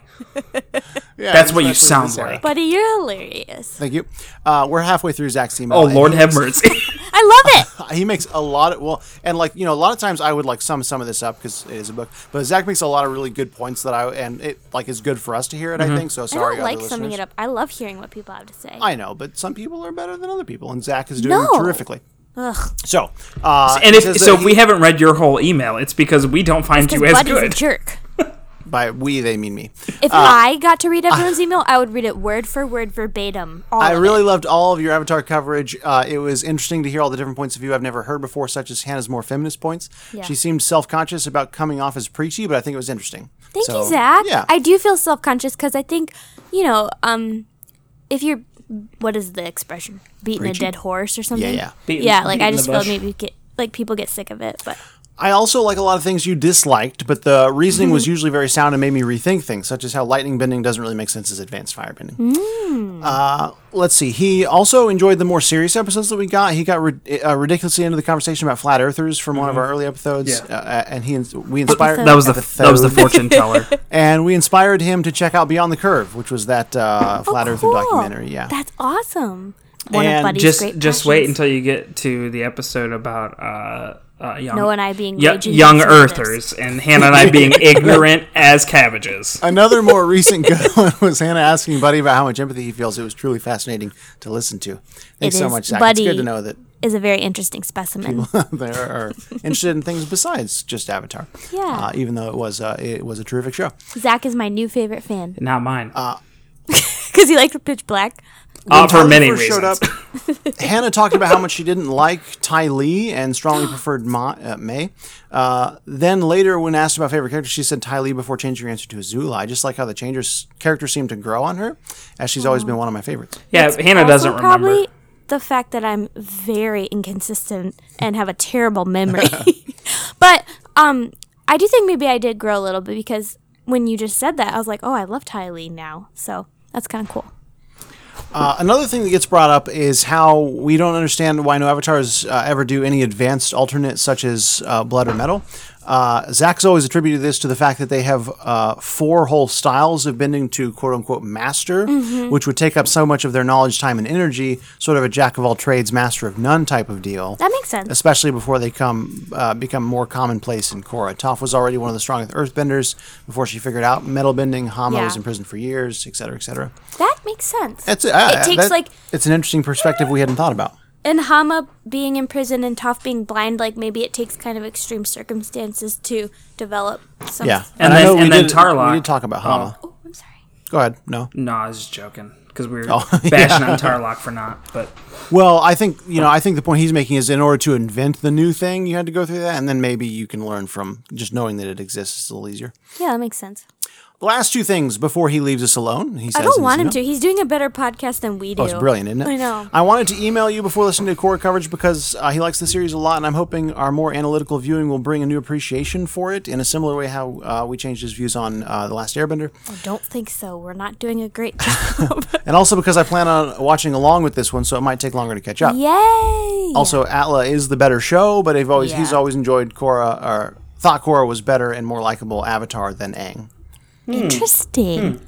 Yeah,
That's what you
especially
sound
with Sarah.
like.
Buddy, you're hilarious.
Thank you. Uh, we're halfway through Zach's email.
Oh
and
Lord
he
have
makes-
mercy.
I love it.
He makes a lot of well, and like you know, a lot of times I would like sum some of this up because it is a book. But Zach makes a lot of really good points that I and it like is good for us to hear it.
Mm-hmm.
I think so.
I
Sorry,
don't
other
like summing
listeners.
it up. I love hearing what people have to say.
I know, but some people are better than other people, and Zach is doing
No.
terrifically.
Ugh,
So, uh,
and
he
if
says
so
that
if
he-
we haven't read your whole email, it's because we don't find
because
you as
Buddy's a
good.
jerk.
by we they mean me.
If I got to read everyone's email, I would read it word for word, verbatim. All
uh, I
of it.
really loved all of your Avatar coverage. Uh, it was interesting to hear all the different points of view I've never heard before, such as Hannah's more feminist points.
Yeah.
She seemed self conscious about coming off as preachy, but I think it was interesting.
Thank
So,
you, Zach.
Yeah.
I do feel self conscious because I think, you know, um, if you're, what is the expression? Beating
Preachy?
a dead horse or something.
yeah.
Beating-
yeah, like I
beating the
just feel
bush.
maybe get like people get sick of it, but
I also like a lot of things you disliked, but the reasoning
Mm-hmm.
was usually very sound and made me rethink things, such as how lightning bending doesn't really make sense as advanced fire bending.
Mm.
Uh, let's see. He also enjoyed the more serious episodes that we got. He got rid- uh, ridiculously into the conversation about flat earthers from one of our early episodes,
Mm-hmm. Yeah.
uh, and he ins- we inspired
Episode.
That was the that was the fortune teller.
and we inspired him to check out Beyond the Curve, which was that uh, flat earther
Oh, Cool.
documentary. Yeah,
That's awesome. One
And
of Buddy's
just
great
just wait
passions.
until you get to the episode about uh, uh young
Noah and I being
Yo-
raging
young
conservatives.
earthers and Hannah and I being ignorant as cabbages.
Another more recent good one was Hannah asking Buddy about how much empathy he feels. It was truly fascinating to listen to. Thanks
It
so
is.
much, Zach.
Buddy-
It's good to know that
Is a very interesting specimen.
they are, are interested in things besides just Avatar.
Yeah.
Uh, even though it was uh, it was a terrific show.
Zach is my new favorite fan
Not mine.
Uh,
because he likes Pitch Black.
Uh, for
Tyler
many
first
reasons.
up, Hannah talked about how much she didn't like Ty Lee and strongly preferred Ma, uh, May. Uh, then later, when asked about favorite character, she said Ty Lee before changing her answer to Azula. I just like how the changers character seemed to grow on her, as she's always been one of my favorites.
Yeah, Hannah
Also,
doesn't remember.
Probably the fact that I'm very inconsistent and have a terrible memory. but um, I do think maybe I did grow a little bit because when you just said that, I was like, oh, I love Ty Lee now. So that's kind of cool.
Uh, another thing that gets brought up is how we don't understand why no avatars uh, ever do any advanced alternate such as uh, blood or metal. Uh, Zach's always attributed this to the fact that they have uh, four whole styles of bending to quote unquote master,
Mm-hmm.
which would take up so much of their knowledge, time, and energy, sort of a jack of all trades, master of none type of deal
That makes sense.
especially before they come uh, become more commonplace in Korra. Toph was already one of the strongest earthbenders before she figured out metal bending. Hama
Yeah.
was in prison for years, et cetera, et cetera.
That makes sense.
That's it. I-
It
I-
takes,
that-
like-
it's an interesting perspective we hadn't thought about.
and Hama being in prison and Toph being blind, like maybe it takes kind of extreme circumstances to develop some.
Yeah,
And
I
then-
know we
and then
did,
Tarlok.
We did talk about Hama.
Oh, I'm sorry.
Go ahead. No.
no, I was just joking because we were
Oh, yeah.
bashing on Tarlock for not. But
Well, I think you know. I think the point he's making is in order to invent the new thing, you had to go through that, and then maybe you can learn from just knowing that it exists. It's a little easier.
Yeah, that makes sense.
The last two things before he leaves us alone, he says.
I don't
in his
want him
note-
to. He's doing a better podcast than we do.
Oh, it's brilliant, isn't it?
I know.
I wanted to email you before listening to Core coverage because uh, he likes the series a lot, and I'm hoping our more analytical viewing will bring a new appreciation for it in a similar way how uh, we changed his views on uh, The Last Airbender.
I don't think so. We're not doing a great job.
And also because I plan on watching along with this one, so it might take longer to catch up.
Yay!
Also, Atla is the better show, but I've always he's
Yeah.
always enjoyed Korra or thought Korra was better and more likable Avatar than Aang.
Interesting.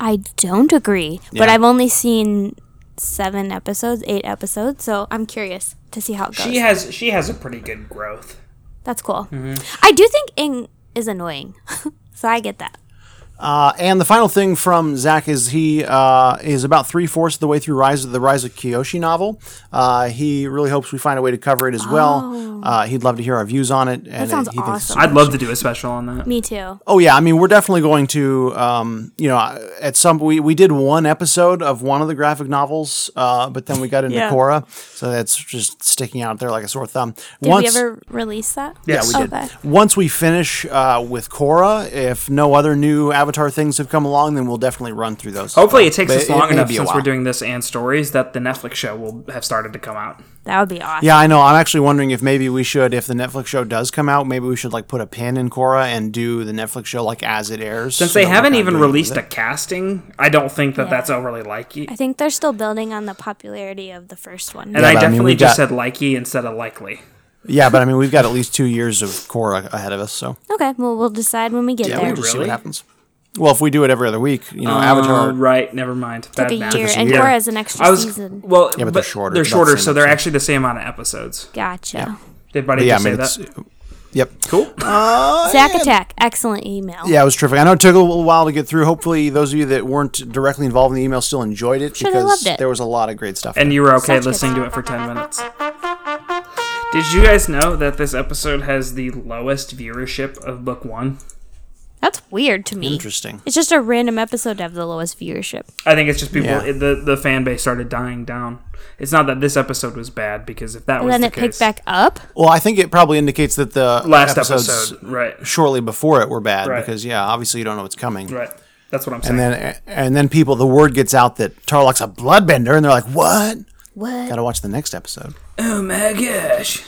I don't agree, but
Yeah.
I've only seen seven episodes, eight episodes, so I'm curious to see how it goes.
she has she has a pretty good growth.
That's cool. I do think Ing is annoying, so I get that.
Uh, and the final thing from Zach is he uh, is about three fourths of the way through Rise of the Rise of Kyoshi novel. Uh, he really hopes we find a way to cover it as well. Uh, he'd love to hear our views on it. And that
Oh. sounds
he thinks-
awesome.
I'd love to do a special on that.
Me too.
Oh yeah, I mean we're definitely going to, um, you know, at some we, we did one episode of one of the graphic novels, uh, but then we got into
Yeah.
Korra, so that's just sticking out there like a sore thumb.
Did we ever release that?
Yeah, we
Oh,
did.
that-
Once we finish uh, with Korra, if no other new Avatar things have come along, then we'll definitely run through those.
Hopefully, it takes
But
us long
may
enough
be a
since we're
while.
doing this and stories that the Netflix show will have started to come out.
That would be awesome.
Yeah, I know. I'm actually wondering if maybe we should, if the Netflix show does come out, maybe we should like put a pin in Korra and do the Netflix show like as it airs.
Since they haven't even released a casting, I don't think that that's overly likely.
I think they're still building on the popularity of the first one.
And
Yeah,
I
but I mean,
definitely
we
just
got-
said likely instead of likely.
Yeah, but I mean, we've got at least two years of Korra ahead of us, so
okay, well, we'll decide when we get
yeah,
there.
we'll just see
Really?
what happens. Well, if we do it every other week, you know,
Oh,
Avatar.
right, never mind.
Took
Bad
a
math.
year, and
Yeah.
Cora is an extra
I was
season.
well,
Yeah, but they're shorter.
They're
It's about the
shorter,
same
so they're
episode.
actually the same amount of episodes.
Gotcha.
Did Buddy
Yeah, I
just
mean,
say
it's,
that?
yep. Uh,
Cool.
Zack Attack, excellent email.
Yeah, it was terrific. I know it took a little while to get through. Hopefully, those of you that weren't directly involved in the email still enjoyed it
Sure, they
because
loved it.
there was a lot of great stuff.
and you were okay
Such good
listening to it for 10 minutes. Did you guys know that this episode has the lowest viewership of book one?
That's weird to me.
Interesting.
It's just a random episode to have the lowest viewership.
I think it's just people,
Yeah.
it- the, the fan base started dying down. It's not that this episode was bad, because if that
And
was
then
the
it
case,
picked back up.
Well, I think it probably indicates that the
last
episodes
episode, right,
shortly before it were bad
Right.
because yeah, obviously you don't know what's coming.
right. That's what I'm
And
saying.
then and then people the word gets out that Tarlok's a bloodbender and they're like, "What?"
What?
Got to watch the next episode.
oh my gosh.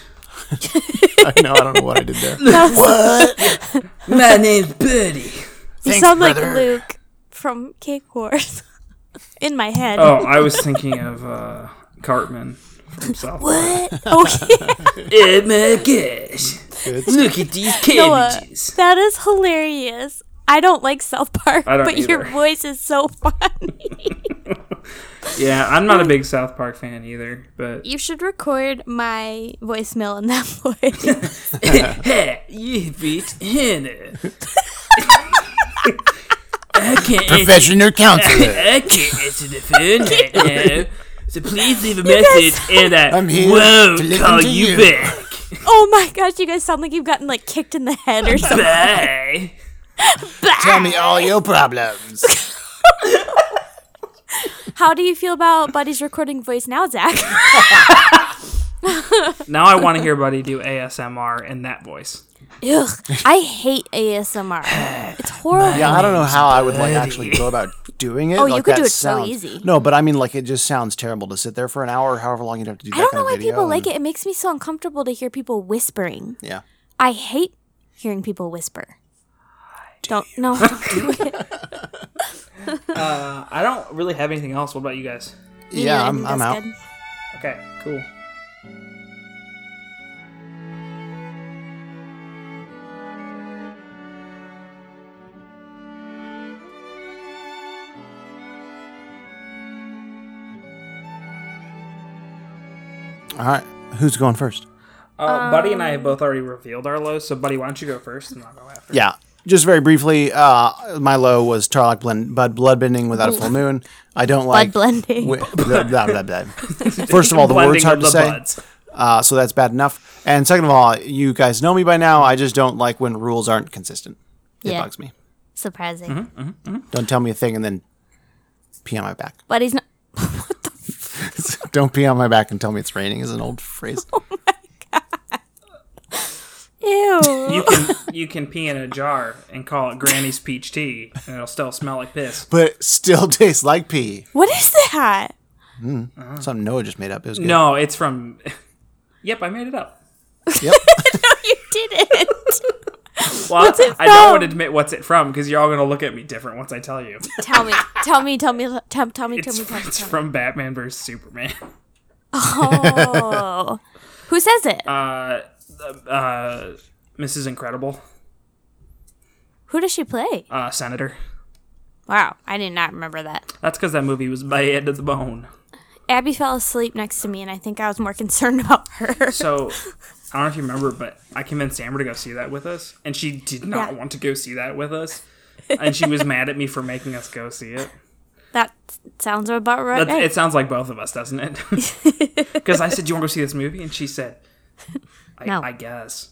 I know. I don't know what I did there.
My name's Birdie.
You
Thanks,
sound like
brother.
Luke from Cake Wars in my head.
Oh, I was thinking of uh, Cartman from South Park.
What? Oh, yeah.
Oh my gosh. Look at these
Noah,
cabbages.
that is hilarious. I don't like South Park,
I don't
but your
either.
voice is so fun.
Yeah, I'm not a big South Park fan either, but
you should record my voicemail in that voice.
Hey, you beat Hannah. I can't answer
Professional counselor.
I can't answer the phone right now. So please leave a message and I
I'm here to
won't
listen
call
to
you,
you.
back.
oh my gosh, you guys sound like you've gotten like kicked in the head or something.
Bye.
Tell me all your problems.
How do you feel about Buddy's recording voice now, Zach?
now I want to hear Buddy do ASMR in that voice.
Ugh, I hate ASMR. It's horrible.
Yeah, I don't know how I would like actually go about doing it.
Oh,
like,
you could
that
do it so
sounds-
easy.
No, but I mean, like, it just sounds terrible to sit there for an hour, however long you'd have to do.
I
that
don't
kind
know
of
why
video
people like
and-
it. It makes me so uncomfortable to hear people whispering.
Yeah,
I hate hearing people whisper. Don't no. don't do it.
I don't really have anything else. What about you guys?
yeah,
I
I'm,
think
I'm
that's
out.
good.
Okay, cool.
All right, who's going first?
Uh, Buddy and I have both already revealed our lows, so Buddy, why don't you go first and I'll go after.
Yeah. Just very briefly, uh, my low was Tarlac blend, bud bloodbending without a full moon. I don't like
blending.
wi- blah, blah, blah, blah. First of all, the
Blending
words hard
of
to
the
say,
buds.
uh, so that's bad enough. And second of all, you guys know me by now. I just don't like when rules aren't consistent. It
Yeah.
bugs me. Mm-hmm.
Surprising.
Don't tell me a thing and then pee on my back.
But he's not
Don't pee on my back and tell me it's raining is an old phrase.
Ew.
You can you can pee in a jar and call it Granny's peach tea, and it'll still smell like piss.
But still tastes like pee.
what is that?
Something Noah just made up. It was good.
No, it's from. Yep, I made it up.
Yep.
You didn't.
Well,
it
I don't
from?
want to admit what's it from because you're all gonna look at me different once I tell you.
tell me. Tell me, tell me, tell, tell me, tell
It's,
me, tell me.
it's
Tell me.
from Batman vs Superman.
Oh. Who says it?
Uh, Mrs. Incredible,
Who does she play?
uh, Senator.
Wow, I did not remember that.
That's because that movie was bad to the bone.
Abby fell asleep next to me, and I think I was more concerned about her.
So I don't know if you remember, but I convinced Amber to go see that with us, and she did not
Yeah.
want to go see that with us, and she was mad at me for making us go see it.
That sounds about right.
That's, It sounds like both of us, doesn't it? Because I said, "Do you want to go see this movie?" and she said, "I,
No.
I guess."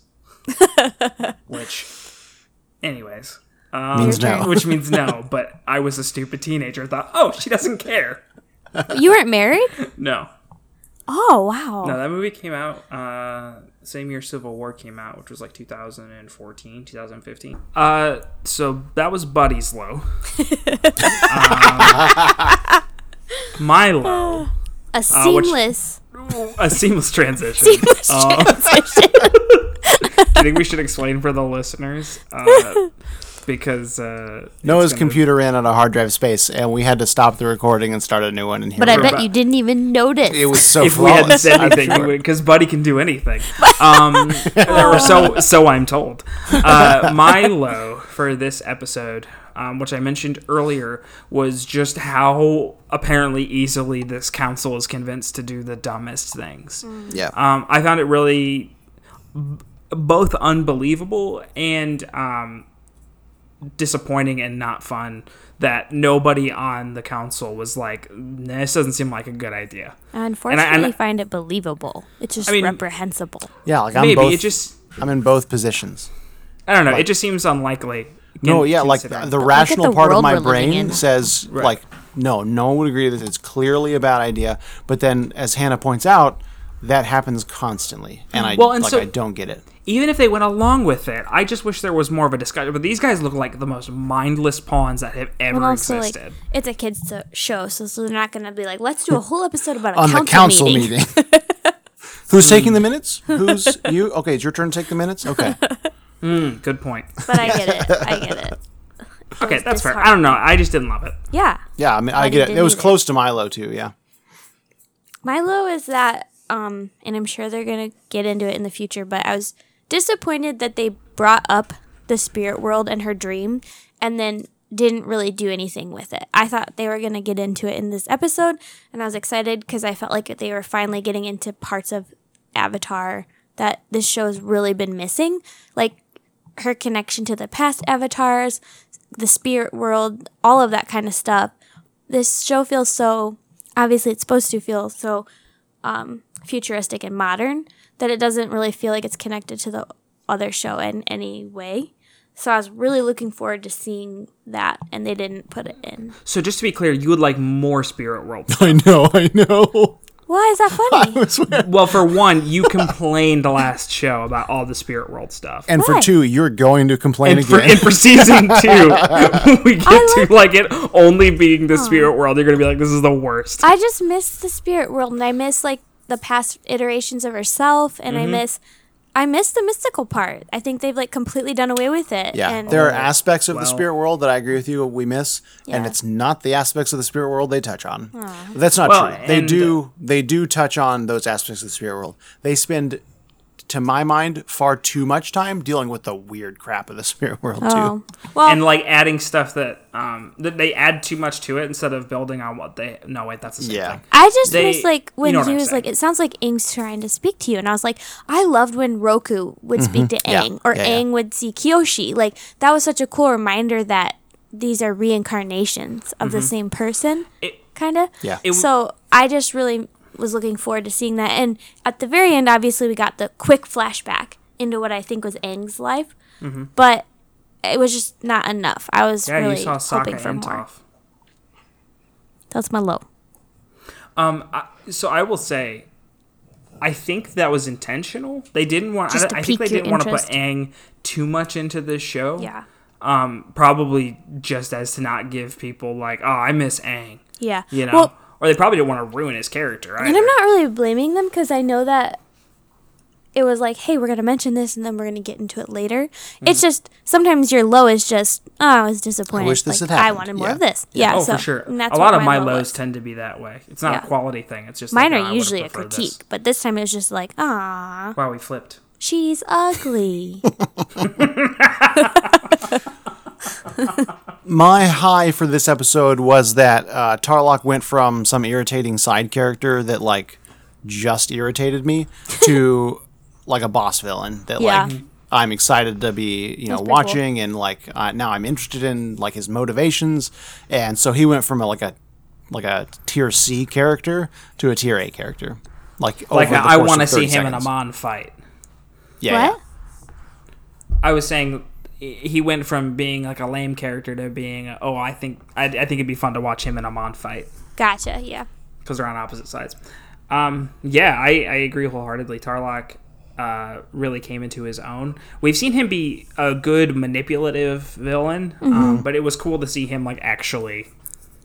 Which, anyways,
Means no.
which means no. But I was a stupid teenager. Thought, "Oh, she doesn't care."
you weren't married?
No,
Oh wow.
no. That movie came out uh, same year Civil War came out, which was like 2014, 2015. Uh, so that was Buddy's low. Um, my low.
A
Uh, which-
seamless.
a seamless transition.
Seamless
Uh,
transition.
I think we should explain for the listeners uh, because uh,
Noah's
gonna-
computer ran out of hard drive space and we had to stop the recording and start a new one. And here
But I
we are.
bet you didn't even notice.
it was so
if we had
flawless.
said
I'm
anything,
sure.
because Buddy can do anything. Um, or so so I'm told. Uh, my low for this episode, um, which I mentioned earlier, was just how apparently easily this council is convinced to do the dumbest things.
Mm.
yeah.
Um, I found it really b- both unbelievable and um, disappointing and not fun that nobody on the council was like, "Nah, this doesn't seem like a good idea.
Unfortunately, I,
and I-
find it believable. It's just
I mean-
reprehensible.
yeah. Like I'm
Maybe
both.
it just,
I'm in both positions.
I don't know, it just seems unlikely.
No,
con-
yeah, like
considering.
the, the rational
the
part of
world
my
we're living
brain
in.
says like no, no one would agree with this. It's clearly a bad idea. But then, as Hannah points out, that happens constantly, and I
Well, and
like
so-
I don't get it.
even if they went along with it, I just wish there was more of a discussion. But these guys look like the most mindless pawns that have ever
And also, like,
existed.
it's a kids' so- show, so, so they're not going to be like, let's do a whole episode about a
On
council,
the council
meeting.
meeting, Who's taking the minutes? Who's you? Okay, it's your turn to take the minutes. Okay.
Good point.
But I get it. I get it.
Okay, that's fair. I
disheartening.
don't know. I just didn't love it.
Yeah.
Yeah, I mean, I
Glad you
get it.
didn't
It was
need it.
close to Milo too. Yeah.
Milo is that, um, and I'm sure they're gonna get into it in the future. But I was disappointed that they brought up the spirit world and her dream, and then didn't really do anything with it. I thought they were gonna get into it in this episode, and I was excited because I felt like they were finally getting into parts of Avatar that this show's really been missing, like her connection to the past avatars, the spirit world, all of that kind of stuff. This show feels so obviously it's supposed to feel so um, futuristic and modern that it doesn't really feel like it's connected to the other show in any way. So I was really looking forward to seeing that, and they didn't put it in.
So just to be clear, you would like more Spirit World.
I know. I know.
Why is that funny?
well, for one, you complained last show about all the Spirit World stuff.
And for
Why?
two, you're going to complain
and for,
again.
and for season two, we get
I Oh.
to like it only being the spirit world. You're gonna be like, this is the worst.
I just miss the spirit world, and I miss like the past iterations of herself, and
Mm-hmm.
I miss, I miss the mystical part. I think they've like completely done away with it.
yeah,
and
there are aspects of the
well.
spirit world that I agree with you. We miss, and
Yeah.
it's not the aspects of the spirit world they touch on. That's not
Well,
true. They
and-
do. They do touch on those aspects of the spirit world. They spend, to my mind, far too much time dealing with the weird crap of the spirit world
oh.
too.
well,
And like adding stuff that um that they add too much to it instead of building on what they. No wait, that's the same
Yeah.
thing.
I just
They-
miss like when
you know what
he
I'm
was like,
saying.
it sounds like Aang's trying to speak to you, and I was like, I loved when Roku would speak to
Mm-hmm.
Yeah.
Aang, or
Yeah, yeah.
Aang would see Kyoshi. Like that was such a cool reminder that these are reincarnations of
Mm-hmm.
the same person, kind of.
Yeah. It
w-
so I just really was looking forward to seeing that, and at the very end, obviously, we got the quick flashback into what I think was Aang's life, but it was just not enough. I was
Mm-hmm. Yeah,
really
you saw
hoping
Sokka
for
and
more.
Toph.
That's my low.
Um, I, so I will say, I think that was intentional. They didn't want. I,
Just to
I think they
pique your
didn't want to put
interest.
Aang too much into this show.
Yeah.
Um, probably just as to not give people like, oh, I miss Aang.
Yeah.
You know.
Well,
or they probably didn't want to ruin his character.
And
either.
I'm not really blaming them because I know that it was like, hey, we're going to mention this and then we're going to get into it later.
Mm.
It's just sometimes your low is just, oh, I was disappointed.
wish this
like,
had
I
happened."
wanted more
Yeah.
of this. Yeah,
Oh,
so
for sure.
and that's
a lot
what
of my
low
lows
was.
tend to be that way. It's not
Yeah.
a quality thing. It's just like,
Mine
"Oh, I
are
would've
usually a
preferred
critique, but this time it was just like, ah,
This. Wow, we flipped.
she's ugly.
My high for this episode was that uh, Tarlock went from some irritating side character that like just irritated me to like a boss villain that
Yeah.
like I'm excited to be you know
pretty cool.
watching and like uh, now I'm interested in like his motivations and so he went from a, like a like a tier C character to a tier A character like
Like,
over the
I, I
course
want to
of
see
30
him in a
seconds.
Mon fight.
yeah,
What?
I was saying he- he went from being like a lame character to being, oh, I think I, I think it'd be fun to watch him in a Mon fight
Gotcha, yeah.
because they're on opposite sides. Um, yeah, I, I agree wholeheartedly. Tarlock uh, really came into his own. We've seen him be a good manipulative villain,
Mm-hmm.
um, but it was cool to see him like actually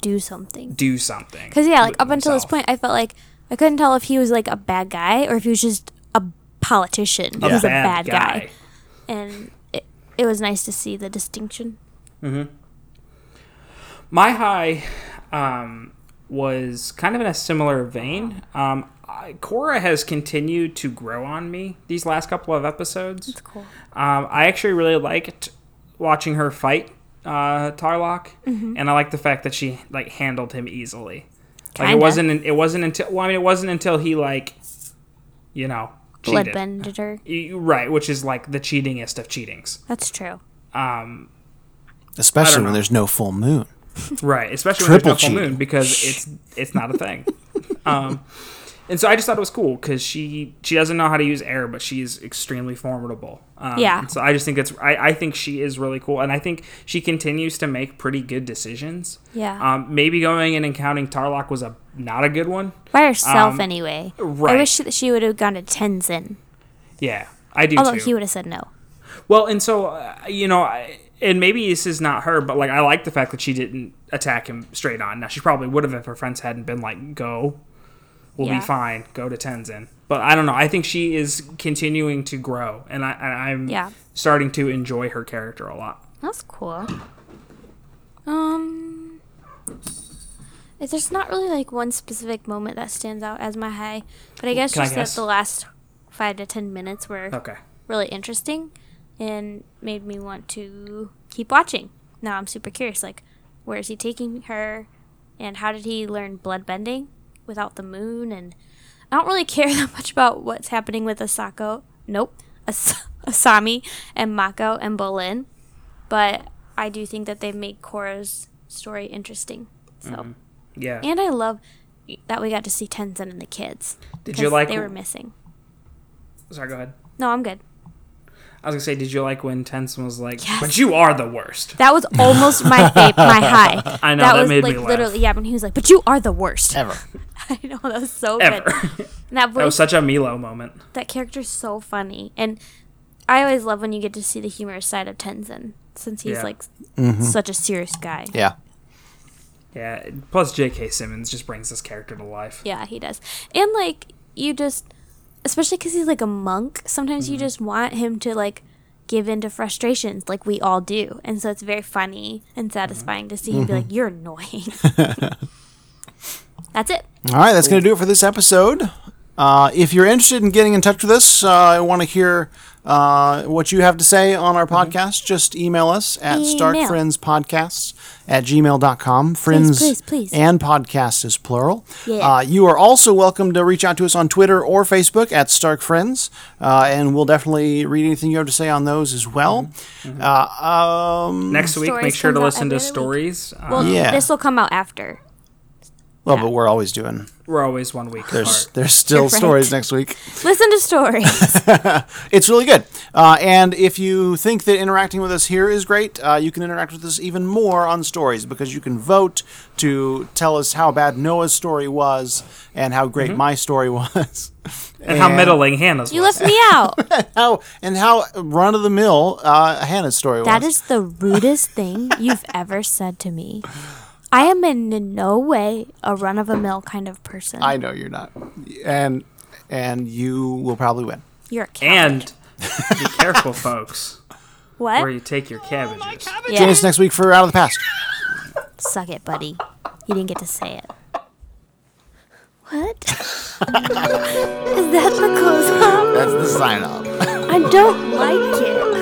Do something.
do something.
Because, yeah, like
with
up until this
himself.
point, I felt like I couldn't tell if he was like a bad guy or if he was just a politician. He was a bad guy. and it, it was nice to see the distinction.
My high um, was kind of in a similar vein. Um, I, Cora has continued to grow on me these last couple of episodes. That's
cool.
Um, I actually really liked watching her fight uh, Tarlock,
Mm-hmm.
and I like the fact that she like handled him easily. Like it
Kinda.
wasn't. It wasn't until. Well, I mean, it wasn't until he like, you know, cheated.
Bloodbender.
You- Right, which is like the cheatingest of cheatings. Um,
That's true.
especially when there's no full moon
Right, especially when there's
Triple
no full
cheating.
moon because it's it's not a thing. um, and so I just thought it was cool because she she doesn't know how to use air, but she's extremely formidable. Um,
Yeah.
and So I just think it's I, I think she is really cool, and I think she continues to make pretty good decisions.
Yeah.
Um, maybe going and encountering Tarlock was a not a good one.
By herself, anyway. I
um, right.
wish that she would have gone to Tenzin,
Yeah, I do.
although
too.
he would have said no.
Well, and so uh, you know, I, and maybe this is not her, but like I like the fact that she didn't attack him straight on. Now she probably would have if her friends hadn't been like, "Go, We'll
Yeah.
be fine. Go to Tenzin. But I don't know. I think she is continuing to grow, and I, I I'm
Yeah.
starting to enjoy her character a lot.
That's cool. Um, eh, there's not really like one specific moment that stands out as my high, but I guess
Can I
just
guess?
that the last five to ten minutes were
Okay.
really interesting and made me want to keep watching. Now I'm super curious like where is he taking her and how did he learn bloodbending without the moon and I don't really care that much about what's happening with Asako. Nope. As- Asami and Mako and Bolin. But I do think that they've made Korra's story interesting. So
Mm-hmm. Yeah.
and I love that we got to see Tenzin and the kids.
Did
'cause
you like?
they were missing.
sorry. Go ahead.
No, I'm good.
I was gonna say, did you like when Tenzin was like,
Yes.
"But you are the worst."
That was almost my fa- my high.
I know, that
was
made me
like
laugh.
literally yeah. When he was like, "But you are the worst."
Ever.
I know that was so
Ever.
good. And that
that was
voice, that,
such a Milo moment.
character's so funny, and I always love when you get to see the humorous side of Tenzin, since he's
Yeah.
like such a serious guy. Yeah.
Yeah.
Yeah. Plus, J.K. Simmons just brings this character to life.
he does, and like you just, especially because he's like a monk. Sometimes
Mm-hmm.
you just want him to like give in to frustrations, like we all do, and so it's very funny and
Mm-hmm.
satisfying to see him be like, "You're annoying." That's it.
All right, that's going to do it for this episode. Uh, if you're interested in getting in touch with us, uh, I want to hear uh, what you have to say on our podcast. Just email us at
Mm-hmm. Email.
starkfriendspodcasts at gmail.com. Friends
please, please.
and podcasts is plural.
Yeah.
Uh, you are also welcome to reach out to us on Twitter or Facebook at Stark Friends, uh, and we'll definitely read anything you have to say on those as well.
Mm-hmm.
Uh, um,
Next week,
Stories
make sure to
comes out
listen to
every other week.
stories.
Well,
um,
Yeah.
this will come out after.
well, but we're always doing.
we're always one week
There's,
apart.
there's still
You're right.
stories next week.
Listen to stories.
It's really good. Uh, and if you think that interacting with us here is great, uh, you can interact with us even more on stories because you can vote to tell us how bad Noah's story was and how great my story was.
And how middling Hannah's
You
was.
left me out.
how and how run of the mill uh, Hannah's story was.
That is the rudest thing you've ever said to me. I am in no way a run of a mill kind of person.
I know you're not, and and you will probably win.
You're a coward.
And be careful, folks, where
what?
you take your
Oh
cabbages.
Yeah.
Join us next week for Out of the Past.
Suck it, buddy. You didn't get to say it. What? Is that the close up?
That's the sign off.
I don't like it.